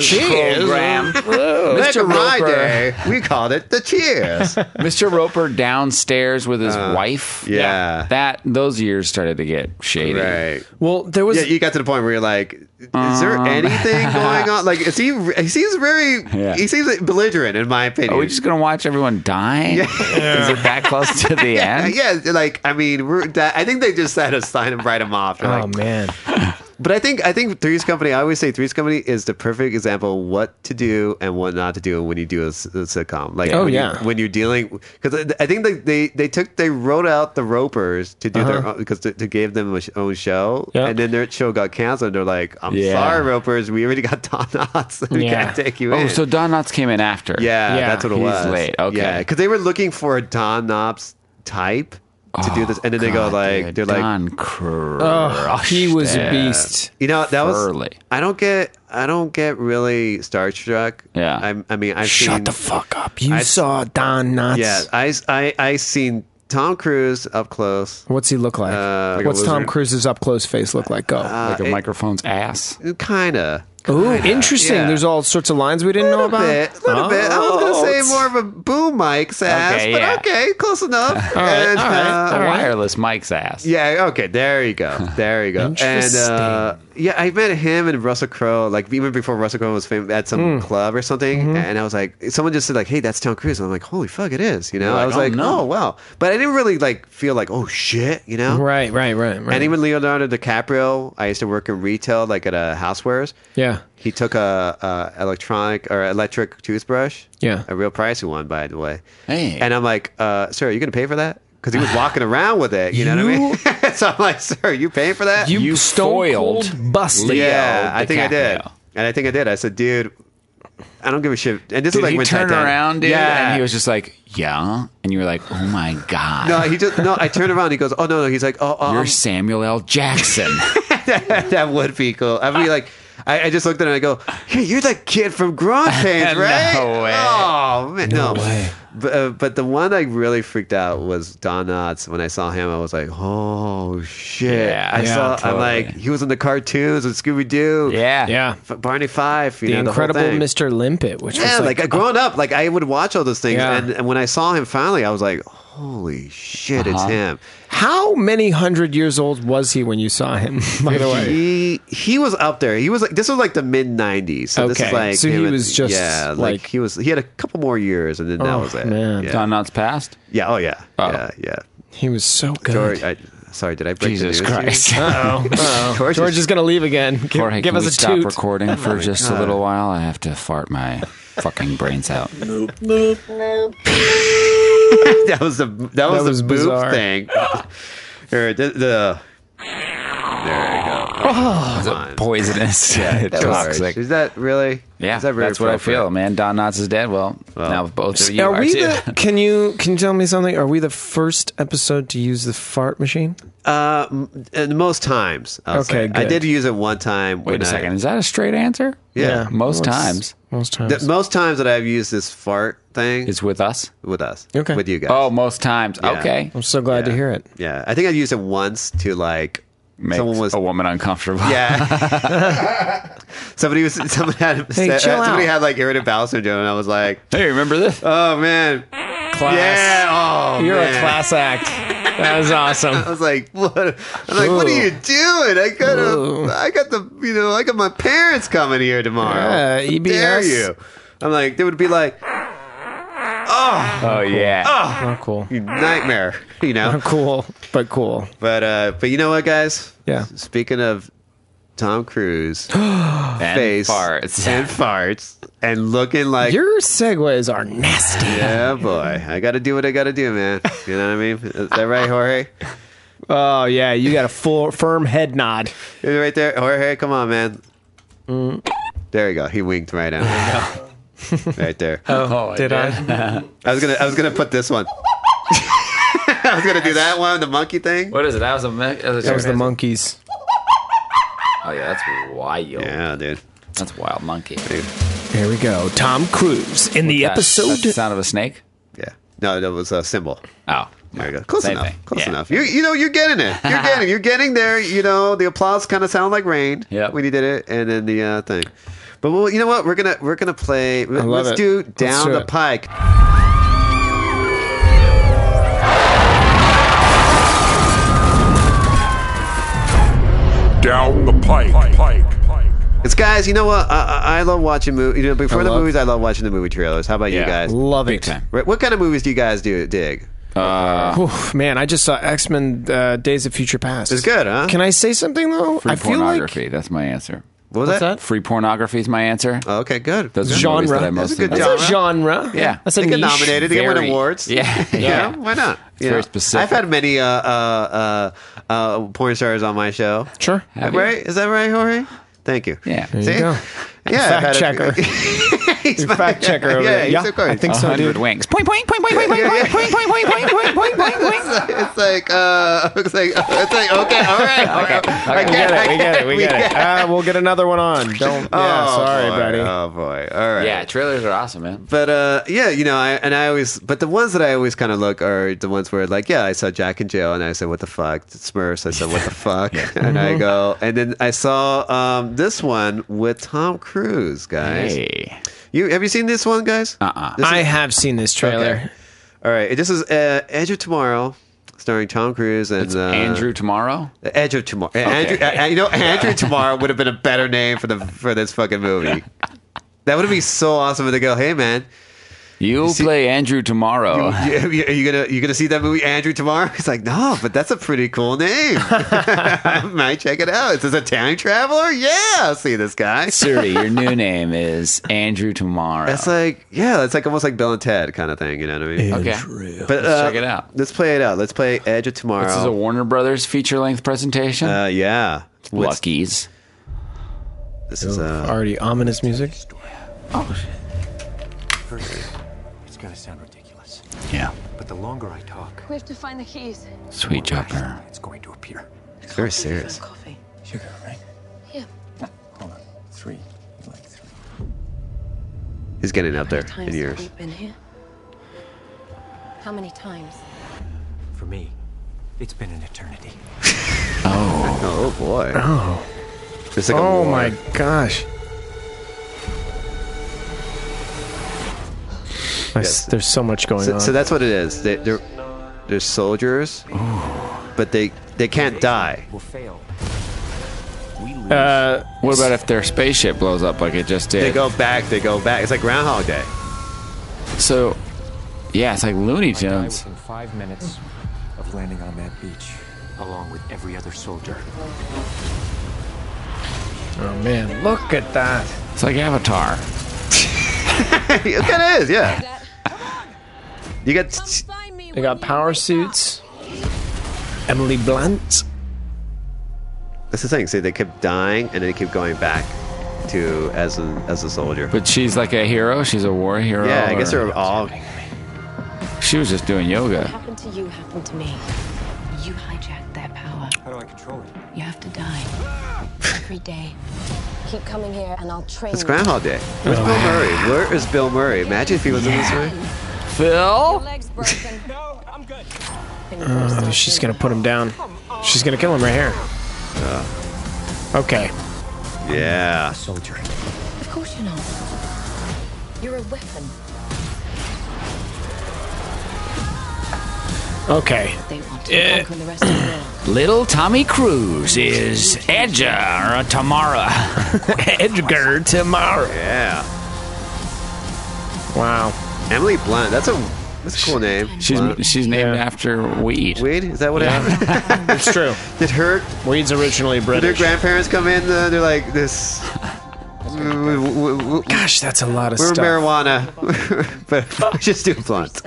Speaker 2: Cheers.
Speaker 3: program.
Speaker 1: Back
Speaker 3: Mr.
Speaker 1: in my
Speaker 3: Roper,
Speaker 1: day, we called it the Cheers.
Speaker 3: Mr. Roper downstairs with his wife.
Speaker 1: Uh, yeah.
Speaker 3: that those years started to get shady.
Speaker 1: right.
Speaker 2: Well, there was
Speaker 1: Yeah, you got to the point where you're like, is there
Speaker 2: Um.
Speaker 1: anything going on? Like, is he? He seems very.
Speaker 3: Yeah.
Speaker 1: He seems belligerent, in my opinion.
Speaker 3: Are we just gonna watch everyone die? Is it that close to the
Speaker 1: Uh,
Speaker 3: end?
Speaker 1: yeah, like I mean, we're, that, I think they just had to sign him, write him off. They're
Speaker 2: Oh
Speaker 1: like,
Speaker 2: man.
Speaker 1: But I think I think Three's Company. I always say Three's Company is the perfect example of what to do and what not to do when you do a, s- a sitcom. Like,
Speaker 2: Oh,
Speaker 1: when
Speaker 2: yeah.
Speaker 1: you, when you're dealing because I think they, they they took they wrote out the Ropers to do
Speaker 3: Uh-huh.
Speaker 1: their own because to, to give them a sh- own show,
Speaker 2: Yeah.
Speaker 1: and then their show got canceled. and They're like, I'm
Speaker 3: Yeah.
Speaker 1: sorry, Ropers, we already got Don Knotts. we
Speaker 2: Yeah.
Speaker 1: can't take you
Speaker 3: Oh,
Speaker 1: in.
Speaker 3: so Don Knotts came in after.
Speaker 1: Yeah,
Speaker 2: Yeah,
Speaker 1: that's what it
Speaker 3: he's
Speaker 1: was.
Speaker 3: late. Okay.
Speaker 1: Yeah, because they were looking for a Don Knotts type to do this, and then they go
Speaker 3: Oh, God,
Speaker 1: like,
Speaker 3: dude,
Speaker 1: they're like,
Speaker 3: Don
Speaker 2: Oh, he was a beast.
Speaker 1: you know, that was.
Speaker 3: Furley.
Speaker 1: I don't get, I don't get really starstruck.
Speaker 3: Yeah.
Speaker 1: I, I mean, I've seen,
Speaker 2: Shut the fuck up. You
Speaker 1: I-
Speaker 2: saw Don Knotts.
Speaker 1: Yeah, I, I, I seen Tom Cruise up close.
Speaker 2: What's he look like?
Speaker 1: Uh, like a
Speaker 2: What's Tom
Speaker 1: lizard.
Speaker 2: Cruise's up close face look like? Go.
Speaker 1: Uh,
Speaker 3: like a microphone's ass.
Speaker 1: Kinda.
Speaker 2: Ooh, interesting.
Speaker 1: yeah.
Speaker 2: There's all sorts of lines we didn't know
Speaker 1: A
Speaker 2: about.
Speaker 1: bit, a little bit. I was gonna
Speaker 2: Oh.
Speaker 1: say more of a boom mic's ass,
Speaker 3: Okay,
Speaker 1: but
Speaker 3: yeah.
Speaker 1: okay, close enough.
Speaker 2: All right, all right,
Speaker 1: uh,
Speaker 2: all
Speaker 3: A
Speaker 2: right.
Speaker 3: wireless mic's ass.
Speaker 1: Yeah, okay, there you go. There you go. and uh, yeah, I met him and Russell Crowe, like even before Russell Crowe was famous at some
Speaker 3: Hmm.
Speaker 1: club or something.
Speaker 3: Mm-hmm.
Speaker 1: And I was like, someone just said, like, hey, that's Tom Cruise. And I'm like, holy fuck, it is. You know, I
Speaker 3: like,
Speaker 1: was
Speaker 3: "Oh,
Speaker 1: like,
Speaker 3: no."
Speaker 1: oh, wow. But I didn't really like feel like, oh, shit, you know?
Speaker 2: Right, right, right, right.
Speaker 1: And even Leonardo DiCaprio, I used to work in retail, like at a housewares.
Speaker 2: yeah.
Speaker 1: He took a, a electronic or electric toothbrush.
Speaker 2: Yeah.
Speaker 1: a real pricey one, by the way.
Speaker 3: Hey.
Speaker 1: And I'm like, uh, sir, are you gonna pay for that? Because he was walking around with it. You, know what I mean? so I'm like, sir, are you paying for that?
Speaker 2: You,
Speaker 3: You
Speaker 2: stone
Speaker 3: foiled
Speaker 2: cold busted.
Speaker 3: Leo
Speaker 1: yeah, I think I did,
Speaker 3: DiCaprio.
Speaker 1: and I think I did. I said, dude, I don't give a shit. And this
Speaker 3: Did
Speaker 1: is like
Speaker 3: he
Speaker 1: when
Speaker 3: turn
Speaker 1: Titanic-
Speaker 3: around, dude?
Speaker 1: Yeah,
Speaker 3: And he was just like, yeah. And you were like, oh my God.
Speaker 1: No, he just no. I turned around. He goes, "Oh no, no." He's like, "Oh, oh
Speaker 3: You're
Speaker 1: um,
Speaker 3: Samuel L. Jackson.
Speaker 1: that would be cool." I'd
Speaker 3: Ah.
Speaker 1: be like, I, I just looked at him. and I go, "Hey, you're that kid from Growing Pains,
Speaker 3: No
Speaker 1: right?"
Speaker 3: way.
Speaker 1: Oh man, no. But, uh, but the one I really freaked out was Don Knotts. When I saw him, I was like, "Oh shit!"
Speaker 3: Yeah,
Speaker 1: I
Speaker 3: yeah,
Speaker 1: saw.
Speaker 3: totally.
Speaker 1: I'm like, he was in the cartoons with Scooby Doo.
Speaker 3: yeah.
Speaker 2: Yeah.
Speaker 1: Barney Five. You
Speaker 2: The
Speaker 1: know,
Speaker 2: incredible
Speaker 1: the whole thing.
Speaker 2: Mr. Limpet, which
Speaker 1: Yeah,
Speaker 2: was
Speaker 1: like,
Speaker 2: like,
Speaker 1: I growing up, like I would watch all those things,
Speaker 2: Yeah.
Speaker 1: and, and when I saw him finally, I was like, "Holy shit,
Speaker 3: Uh-huh.
Speaker 1: it's him!"
Speaker 2: how many hundred years old was he when you saw him? By the way,
Speaker 1: He he was up there. He was like this was like the mid '90s. So this
Speaker 2: Okay.
Speaker 1: is like
Speaker 2: So he
Speaker 1: him and-
Speaker 2: was just,
Speaker 1: yeah,
Speaker 2: like-
Speaker 1: he was. He had a couple more years, and then that
Speaker 2: Oh,
Speaker 1: was it.
Speaker 2: man.
Speaker 1: Yeah.
Speaker 3: Don Knotts passed?
Speaker 1: yeah. Oh yeah. Yeah. Yeah.
Speaker 2: he was so good.
Speaker 1: George, I, sorry, did I break
Speaker 3: Jesus
Speaker 1: the news? to you?
Speaker 3: Christ.
Speaker 2: oh
Speaker 1: George,
Speaker 2: George is gonna leave again. Give,
Speaker 3: Jorge,
Speaker 2: give
Speaker 3: can
Speaker 2: us
Speaker 3: we
Speaker 2: a
Speaker 3: stop
Speaker 2: toot.
Speaker 1: Oh
Speaker 3: recording for just a little while? I have to fart my fucking brains out.
Speaker 1: that was the that was,
Speaker 2: was
Speaker 1: the
Speaker 2: bizarre.
Speaker 1: boob thing. or the, the there you go. Come on.
Speaker 3: Poisonous. Yeah,
Speaker 1: George,
Speaker 3: toxic.
Speaker 1: Is that really?
Speaker 3: Yeah,
Speaker 1: is that very
Speaker 3: that's what I feel,
Speaker 1: appropriate?
Speaker 3: man. Don Knotts is dead. Well, now both of you
Speaker 2: Are
Speaker 3: are,
Speaker 2: we
Speaker 3: too.
Speaker 2: the? Can you can you tell me something? Are we the first episode to use the fart machine?
Speaker 1: Uh, m- and most times. I'll
Speaker 2: Okay,
Speaker 1: say. I
Speaker 2: good.
Speaker 1: did use it one time.
Speaker 3: Wait
Speaker 1: when
Speaker 3: a
Speaker 1: I-
Speaker 3: second. Is that a straight answer?
Speaker 1: Yeah.
Speaker 3: Most
Speaker 2: Once-
Speaker 3: times
Speaker 2: Most times.
Speaker 1: The, most times that I've used this fart thing
Speaker 3: is with us.
Speaker 1: with us.
Speaker 2: Okay.
Speaker 1: With you guys.
Speaker 3: Oh, most times. Okay.
Speaker 2: I'm so glad to hear it.
Speaker 1: Yeah. I think I used it once to like
Speaker 3: Makes
Speaker 1: someone was
Speaker 3: a woman uncomfortable.
Speaker 1: Yeah. somebody was someone had uh,
Speaker 2: Hey, chill
Speaker 1: somebody
Speaker 2: out.
Speaker 1: had like irritable bowel syndrome and I was like,
Speaker 3: Hey, remember this?
Speaker 1: "Oh man."
Speaker 2: Class.
Speaker 1: Yeah. Oh.
Speaker 2: You're
Speaker 1: man.
Speaker 2: a class act. That was
Speaker 1: I
Speaker 2: awesome.
Speaker 1: was like, what? I'm like, what are
Speaker 2: Ooh.
Speaker 1: you doing? I got
Speaker 2: Ooh.
Speaker 1: a, I got the, you know, I got my parents coming here tomorrow.
Speaker 2: Yeah, E
Speaker 1: How dare
Speaker 2: EBS.
Speaker 1: you? I'm like, they would be like,
Speaker 3: oh yeah.
Speaker 2: Not cool.
Speaker 1: you nightmare, you know.
Speaker 2: Not cool, but cool.
Speaker 1: But uh, but you know what, guys?
Speaker 2: Yeah.
Speaker 1: Speaking of Tom Cruise
Speaker 3: And
Speaker 1: Oh, face
Speaker 3: farts.
Speaker 1: and farts and looking like
Speaker 2: Your segues are nasty.
Speaker 1: yeah boy. I got to do what I got to do, man. You know what I mean? Is that right, Jorge?
Speaker 2: Oh yeah, you got a full firm head nod.
Speaker 1: Is it right there, Jorge. Come on, man. There you go. He winked right out. right there.
Speaker 3: Oh,
Speaker 2: Did I?
Speaker 1: I was gonna. I was gonna put this one. I was gonna do that one, the monkey thing.
Speaker 3: What is it? That was a me-
Speaker 2: That was the monkeys.
Speaker 3: Oh yeah, that's wild.
Speaker 1: Yeah, dude.
Speaker 3: That's wild monkey.
Speaker 2: Here we go. Tom Cruise in the
Speaker 3: That- that's the
Speaker 2: episode.
Speaker 3: sound of a snake.
Speaker 1: Yeah. No, that was a symbol.
Speaker 3: Oh,
Speaker 1: There you go. Close
Speaker 3: Same
Speaker 1: enough.
Speaker 3: thing.
Speaker 1: Close
Speaker 3: Yeah.
Speaker 1: enough. You you know you're getting it. You're getting you're getting there. You know the applause kind of sound like rain
Speaker 3: Yep.
Speaker 1: when you did it, and then the uh, thing. But well, you know what? We're gonna we're gonna play.
Speaker 2: love
Speaker 1: Let's
Speaker 2: it.
Speaker 1: do
Speaker 2: Let's
Speaker 1: down
Speaker 2: do
Speaker 1: the
Speaker 2: it.
Speaker 1: pike.
Speaker 5: Down the pike.
Speaker 1: It's guys. You know what? I, I, I love watching movies. You know, before
Speaker 2: I
Speaker 1: the
Speaker 2: love-
Speaker 1: movies, I love watching the movie trailers. How about you
Speaker 3: Yeah.
Speaker 1: guys?
Speaker 2: Love it.
Speaker 3: time.
Speaker 1: Right, What kind of movies do you guys do dig?
Speaker 2: Oof, man, I just saw X Men: uh, Days of Future Past.
Speaker 1: It's good, huh?
Speaker 2: Can I say something though?
Speaker 3: free
Speaker 2: I feel like
Speaker 3: pornography. that's my answer.
Speaker 1: What was
Speaker 2: what's
Speaker 1: that?
Speaker 2: that?
Speaker 3: Free pornaphy is my answer.
Speaker 1: Oh, okay, good.
Speaker 3: Those are
Speaker 1: Good.
Speaker 2: Genre.
Speaker 3: the movies that I
Speaker 2: That's
Speaker 1: a
Speaker 3: mostly
Speaker 1: good
Speaker 3: do.
Speaker 1: job.
Speaker 2: That's a genre.
Speaker 3: Yeah.
Speaker 2: that's a
Speaker 1: they get
Speaker 2: niche.
Speaker 1: nominated. They get win
Speaker 3: Very-
Speaker 1: awards.
Speaker 3: Yeah.
Speaker 1: you
Speaker 3: Yeah.
Speaker 1: know, why not?
Speaker 3: It's very specific.
Speaker 1: I've had many uh, uh, uh, uh, porn stars on my show.
Speaker 2: Sure.
Speaker 3: Have you?
Speaker 1: right? Is that right, Jorge? Thank you.
Speaker 3: Yeah. There
Speaker 2: you
Speaker 1: See?
Speaker 2: go.
Speaker 1: Yeah. I've had
Speaker 2: Fact
Speaker 1: a-
Speaker 2: checker.
Speaker 1: he's my-
Speaker 2: Fact checker over
Speaker 1: yeah,
Speaker 2: there.
Speaker 1: he's
Speaker 2: Yeah,
Speaker 1: so good.
Speaker 2: I think
Speaker 3: A
Speaker 2: so, dude.
Speaker 3: hundred winks. Point, point, point, point, point, point, point, point, point, point, point, point, point, point, point.
Speaker 1: It's like, uh, it's like, it's like, okay, all right, all right. I
Speaker 2: We get
Speaker 1: I
Speaker 2: it. We get it. We get it.
Speaker 1: get
Speaker 2: Uh, we'll get another one on. Don't. yeah.
Speaker 1: Oh,
Speaker 2: Sorry,
Speaker 1: boy.
Speaker 2: buddy.
Speaker 1: Oh boy. All right.
Speaker 3: Yeah, trailers are awesome, man.
Speaker 1: But uh, yeah, you know, I and I always, but the ones that I always kind of look are the ones where like, yeah, I saw Jack in jail, and I said, what the fuck, Smurfs. I said, what the fuck, and
Speaker 2: Mm-hmm.
Speaker 1: I go, and then I saw um, this one with Tom Cruise, guys.
Speaker 3: Hey.
Speaker 1: You have you seen this one, guys?
Speaker 3: Uh-uh.
Speaker 1: This is-
Speaker 2: I have seen this trailer.
Speaker 1: Okay. All right, this is uh, Edge of Tomorrow, starring Tom Cruise and uh,
Speaker 3: Andrew tomorrow.
Speaker 1: Edge of Tomorrow. Andrew, uh, uh, you know, Andrew Tomorrow would have been a better name for the for this fucking movie. That would have been so awesome if they go, hey man.
Speaker 3: You
Speaker 1: see-
Speaker 3: play Andrew tomorrow.
Speaker 1: Yeah, are you gonna you gonna see that movie Andrew tomorrow? He's like, no, but that's a pretty cool name. I might check it out. Is this a time traveler? Yeah, I'll see this guy.
Speaker 3: Siri, your new name is Andrew tomorrow.
Speaker 1: That's like yeah, that's like almost like Bill and Ted kind of thing. You know what I mean?
Speaker 3: okay.
Speaker 1: But uh,
Speaker 3: let's check it out.
Speaker 1: Let's play it out. Let's play Edge of Tomorrow.
Speaker 3: This is a Warner Brothers feature length presentation.
Speaker 1: uh, yeah. What's-
Speaker 3: Luckies.
Speaker 1: This is uh,
Speaker 2: Already ominous music.
Speaker 6: It's gonna sound ridiculous,
Speaker 3: Yeah.
Speaker 6: but the longer I talk,
Speaker 10: We have to find the keys.
Speaker 3: Sweet jumper.
Speaker 6: it's going to appear.
Speaker 1: very serious.
Speaker 10: Coffee.
Speaker 6: Sugar, right? Ah,
Speaker 10: Yeah.
Speaker 6: Hold on. Three. You Like three.
Speaker 1: He's getting up there
Speaker 10: Times
Speaker 1: in
Speaker 10: have
Speaker 1: years.
Speaker 10: we been here? How many times?
Speaker 6: For me, it's been an eternity.
Speaker 1: Oh boy. Oh. It's like a
Speaker 2: Oh
Speaker 1: war.
Speaker 2: my gosh. I s- There's so much going
Speaker 1: So,
Speaker 2: on.
Speaker 1: so that's what it is. They, they're they're soldiers, but they they can't die.
Speaker 6: We'll fail. We lose.
Speaker 2: uh,
Speaker 3: What about if their spaceship blows up like it just did?
Speaker 1: They go back. They go back. It's like Groundhog Day.
Speaker 3: so, yeah, it's like Looney
Speaker 6: I die
Speaker 3: Tunes.
Speaker 6: within five minutes of landing on that beach, along with every other soldier.
Speaker 2: oh man, look at that.
Speaker 3: It's like Avatar.
Speaker 1: it kind of is, yeah. You got
Speaker 10: Find me.
Speaker 2: They got power suits. Emily Blunt.
Speaker 1: that's the thing. See, they kept dying, and they keep going back to as a as a soldier.
Speaker 3: But she's like a hero. She's a war hero.
Speaker 1: yeah, I guess
Speaker 3: or-
Speaker 1: they're all.
Speaker 3: She was just doing yoga.
Speaker 10: happened to you happened to me. You hijacked their power.
Speaker 6: How do I control it?
Speaker 10: You have to die. Every day. Keep coming here and I'll train
Speaker 1: It's Groundhog Day. Where's
Speaker 2: Oh,
Speaker 1: Bill Murray? Where is Bill Murray? Imagine if he was in this movie.
Speaker 10: Your
Speaker 3: Phil?
Speaker 10: legs broken.
Speaker 6: No, I'm good.
Speaker 2: Oh, she's gonna put him down. She's gonna kill him right here. Uh, Okay.
Speaker 1: Yeah.
Speaker 6: Soldier.
Speaker 10: Of course you're not. You're a weapon.
Speaker 2: Okay.
Speaker 10: They want to conquer the rest of the world.
Speaker 3: Little Tommy Cruise is Edgar Tamara.
Speaker 2: Edgar tomorrow.
Speaker 1: Yeah.
Speaker 2: Wow.
Speaker 1: Emily Blunt. That's a That's a cool name.
Speaker 3: She's
Speaker 1: Wow.
Speaker 3: she's named
Speaker 2: Yeah.
Speaker 3: after weed.
Speaker 1: Weed? Is that what happened?
Speaker 2: It's true.
Speaker 1: Did her
Speaker 2: Weed's originally
Speaker 1: did her
Speaker 2: British.
Speaker 1: grandparents come in? Uh, they're like this. w- w- w- w-
Speaker 2: Gosh, that's a lot of
Speaker 1: We're
Speaker 2: stuff.
Speaker 1: marijuana, but we just do blunt.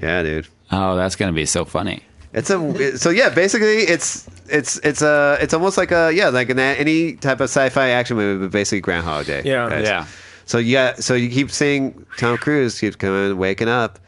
Speaker 1: Yeah, dude.
Speaker 3: Oh, that's gonna be so funny.
Speaker 1: It's a it- so yeah. Basically, it's it's it's a it's almost like a yeah like an, a- any type of sci-fi action movie, but basically Groundhog Day.
Speaker 2: Yeah.
Speaker 1: guys.
Speaker 3: Yeah.
Speaker 1: So yeah, so you keep seeing Tom Cruise keeps coming, waking up.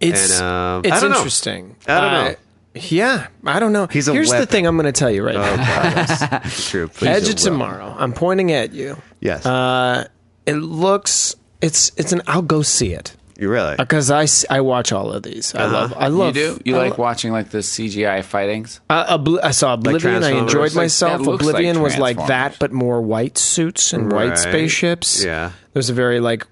Speaker 2: It's
Speaker 1: And, um, I
Speaker 2: it's
Speaker 1: don't know.
Speaker 2: interesting. Uh,
Speaker 1: I don't know.
Speaker 2: yeah, I don't know.
Speaker 1: He's a
Speaker 2: Here's the
Speaker 1: weapon.
Speaker 2: thing I'm going to tell you right
Speaker 1: Oh,
Speaker 2: now.
Speaker 1: God, that's true. Please
Speaker 2: Edge
Speaker 1: don't
Speaker 2: of
Speaker 1: will.
Speaker 2: Tomorrow. I'm pointing at you.
Speaker 1: Yes,
Speaker 2: Uh, it looks. It's it's an. I'll go see it
Speaker 1: you really.
Speaker 2: because I, s- I watch all of these. I love. I love.
Speaker 3: Uh-huh. you do? You
Speaker 2: I
Speaker 3: like
Speaker 2: lo-
Speaker 3: watching like the CGI fightings?
Speaker 2: Uh, Obli- I saw Oblivion. I
Speaker 1: Transformers?
Speaker 2: enjoyed
Speaker 1: Like-
Speaker 2: myself.
Speaker 3: that looks like
Speaker 2: Oblivion was like that,
Speaker 3: Transformers.
Speaker 2: but more white suits and
Speaker 1: Right.
Speaker 2: white spaceships.
Speaker 1: Yeah.
Speaker 2: there's a very like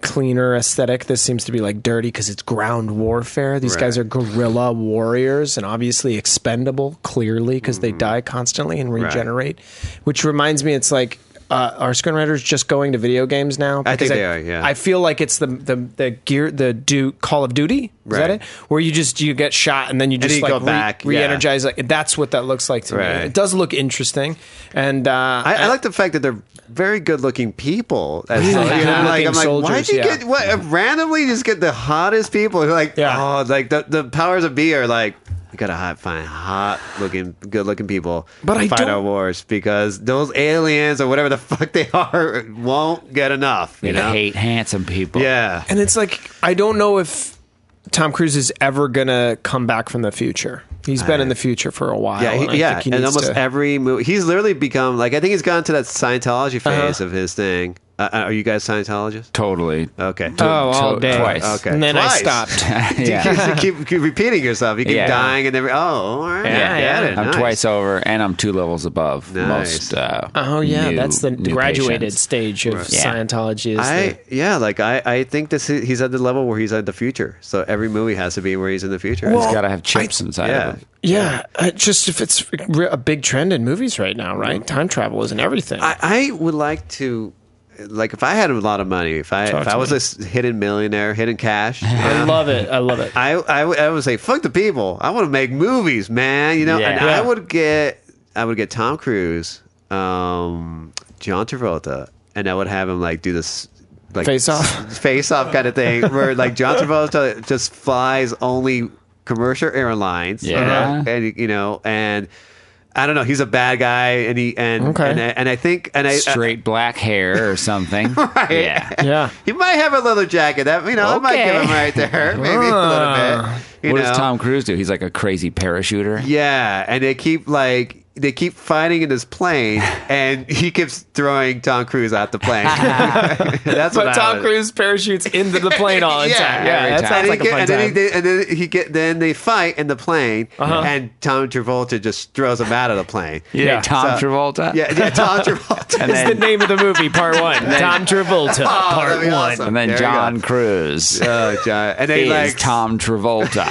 Speaker 2: cleaner aesthetic. This seems to be like dirty because it's ground warfare. These
Speaker 1: Right.
Speaker 2: guys are guerrilla warriors and obviously expendable, clearly because
Speaker 1: Mm-hmm.
Speaker 2: they die constantly and regenerate. Which reminds me, it's like. Uh, are screenwriters just going to video games now?
Speaker 1: I think
Speaker 2: Because
Speaker 1: they are, yeah.
Speaker 2: I feel like it's the the, the gear the do Call of Duty. Is that
Speaker 1: Right.
Speaker 2: it? Where you just you get shot and then you just
Speaker 1: then you
Speaker 2: like
Speaker 1: go back, yeah.
Speaker 2: re- re-energize guys, like that's what that looks like to
Speaker 1: Right.
Speaker 2: me. It does look interesting, and uh,
Speaker 1: I, I like the fact that they're very good-looking people. As
Speaker 2: Really
Speaker 1: you know, I'm like,
Speaker 2: good-looking
Speaker 1: I'm like, why'd
Speaker 2: soldiers,
Speaker 1: you
Speaker 2: yeah.
Speaker 1: get what, uh, randomly you just get the hottest people? You're like,
Speaker 2: Yeah.
Speaker 1: oh, like the, the powers of B are like, you gotta hot, find hot-looking, good-looking people
Speaker 2: But
Speaker 1: to
Speaker 2: I
Speaker 1: fight
Speaker 2: don't-
Speaker 1: our wars because those aliens or whatever the fuck they are won't get enough. You
Speaker 3: You
Speaker 1: know?
Speaker 3: hate handsome people.
Speaker 1: Yeah.
Speaker 2: and it's like I don't know if Tom Cruise is ever gonna come back from the future. He's been in the future for a while.
Speaker 1: Yeah,
Speaker 2: and I
Speaker 1: he,
Speaker 2: think
Speaker 1: yeah,
Speaker 2: he
Speaker 1: and
Speaker 2: needs
Speaker 1: almost
Speaker 2: to-
Speaker 1: every movie, he's literally become like I think he's gone to that Scientology
Speaker 2: Uh-huh.
Speaker 1: phase of his thing. Uh, uh, are you guys Scientologists?
Speaker 3: Totally.
Speaker 1: Okay.
Speaker 2: oh, all
Speaker 3: to-
Speaker 2: day.
Speaker 3: twice.
Speaker 1: Okay.
Speaker 2: and then
Speaker 1: Twice.
Speaker 2: I stopped.
Speaker 1: you
Speaker 3: yeah.
Speaker 1: keep, keep repeating yourself. You keep
Speaker 3: Yeah.
Speaker 1: dying, and then oh, all right,
Speaker 3: Yeah,
Speaker 1: I get it.
Speaker 3: I'm
Speaker 1: Nice.
Speaker 3: twice over, and I'm two levels above
Speaker 1: Nice.
Speaker 3: most. Uh,
Speaker 2: Oh yeah,
Speaker 3: new-
Speaker 2: that's the
Speaker 3: new
Speaker 2: graduated
Speaker 3: patients.
Speaker 2: stage of
Speaker 3: Yeah.
Speaker 2: Scientology. Is
Speaker 1: I yeah, like I, I think this is, he's at the level where he's at the future. So every movie has to be where he's in the future.
Speaker 2: Well,
Speaker 1: It's
Speaker 3: Gotta have chips inside
Speaker 1: yeah,
Speaker 3: of it.
Speaker 2: the, yeah, uh, just if it's re- a big trend in movies right now, right? Time travel isn't everything.
Speaker 1: Mm-hmm. I, I would like to. Like if I had a lot of money, if I
Speaker 2: Talk
Speaker 1: if
Speaker 2: to
Speaker 1: I was
Speaker 2: me.
Speaker 1: a s- hidden millionaire, hidden cash, you
Speaker 2: I
Speaker 1: know,
Speaker 2: love it. I love it.
Speaker 1: I, I would- I would say fuck the people. I want to make movies, man. You know, and
Speaker 2: Yeah.
Speaker 1: I would get I would get Tom Cruise, um, John Travolta, and I would have him like do this like
Speaker 2: Face Off?
Speaker 1: face off kind of thing where like John Travolta just flies only commercial airlines. you
Speaker 3: Yeah.
Speaker 1: know, and you know and. I don't know. He's a bad guy, and he and
Speaker 2: Okay.
Speaker 1: and, I, and I think and I, uh, I
Speaker 3: Straight black hair or something. Yeah.
Speaker 2: yeah.
Speaker 1: he might have a leather jacket. That you know, I might
Speaker 3: Okay.
Speaker 1: give him right there, maybe a little
Speaker 2: Ah.
Speaker 1: bit. You
Speaker 3: what
Speaker 1: know?
Speaker 3: does Tom Cruise do? He's like a crazy parachuter.
Speaker 1: Yeah, and they keep like they keep fighting in this plane, and he keeps throwing Tom Cruise out the plane. That's what
Speaker 2: But
Speaker 1: I
Speaker 2: Tom
Speaker 1: was-
Speaker 2: Cruise parachutes into the plane all the
Speaker 1: yeah,
Speaker 2: time.
Speaker 1: Yeah,
Speaker 2: Yeah, that sounds
Speaker 1: and,
Speaker 2: like
Speaker 1: he get,
Speaker 2: a fun
Speaker 1: and, then he,
Speaker 2: time. Uh-huh.
Speaker 1: did- and then he get then they fight in the plane, and Tom Travolta just throws him out of the plane.
Speaker 3: Yeah, Tom
Speaker 1: So-
Speaker 3: Travolta.
Speaker 1: yeah, yeah, Tom Travolta.
Speaker 3: and
Speaker 2: It's the
Speaker 3: then
Speaker 2: name of the movie, part one. Tom Travolta,
Speaker 1: Oh, that'd
Speaker 2: part
Speaker 1: be
Speaker 2: one.
Speaker 1: awesome.
Speaker 3: and then
Speaker 1: There you go.
Speaker 3: John Cruise
Speaker 1: Oh, John, and they
Speaker 3: uh, is
Speaker 1: like
Speaker 3: Tom Travolta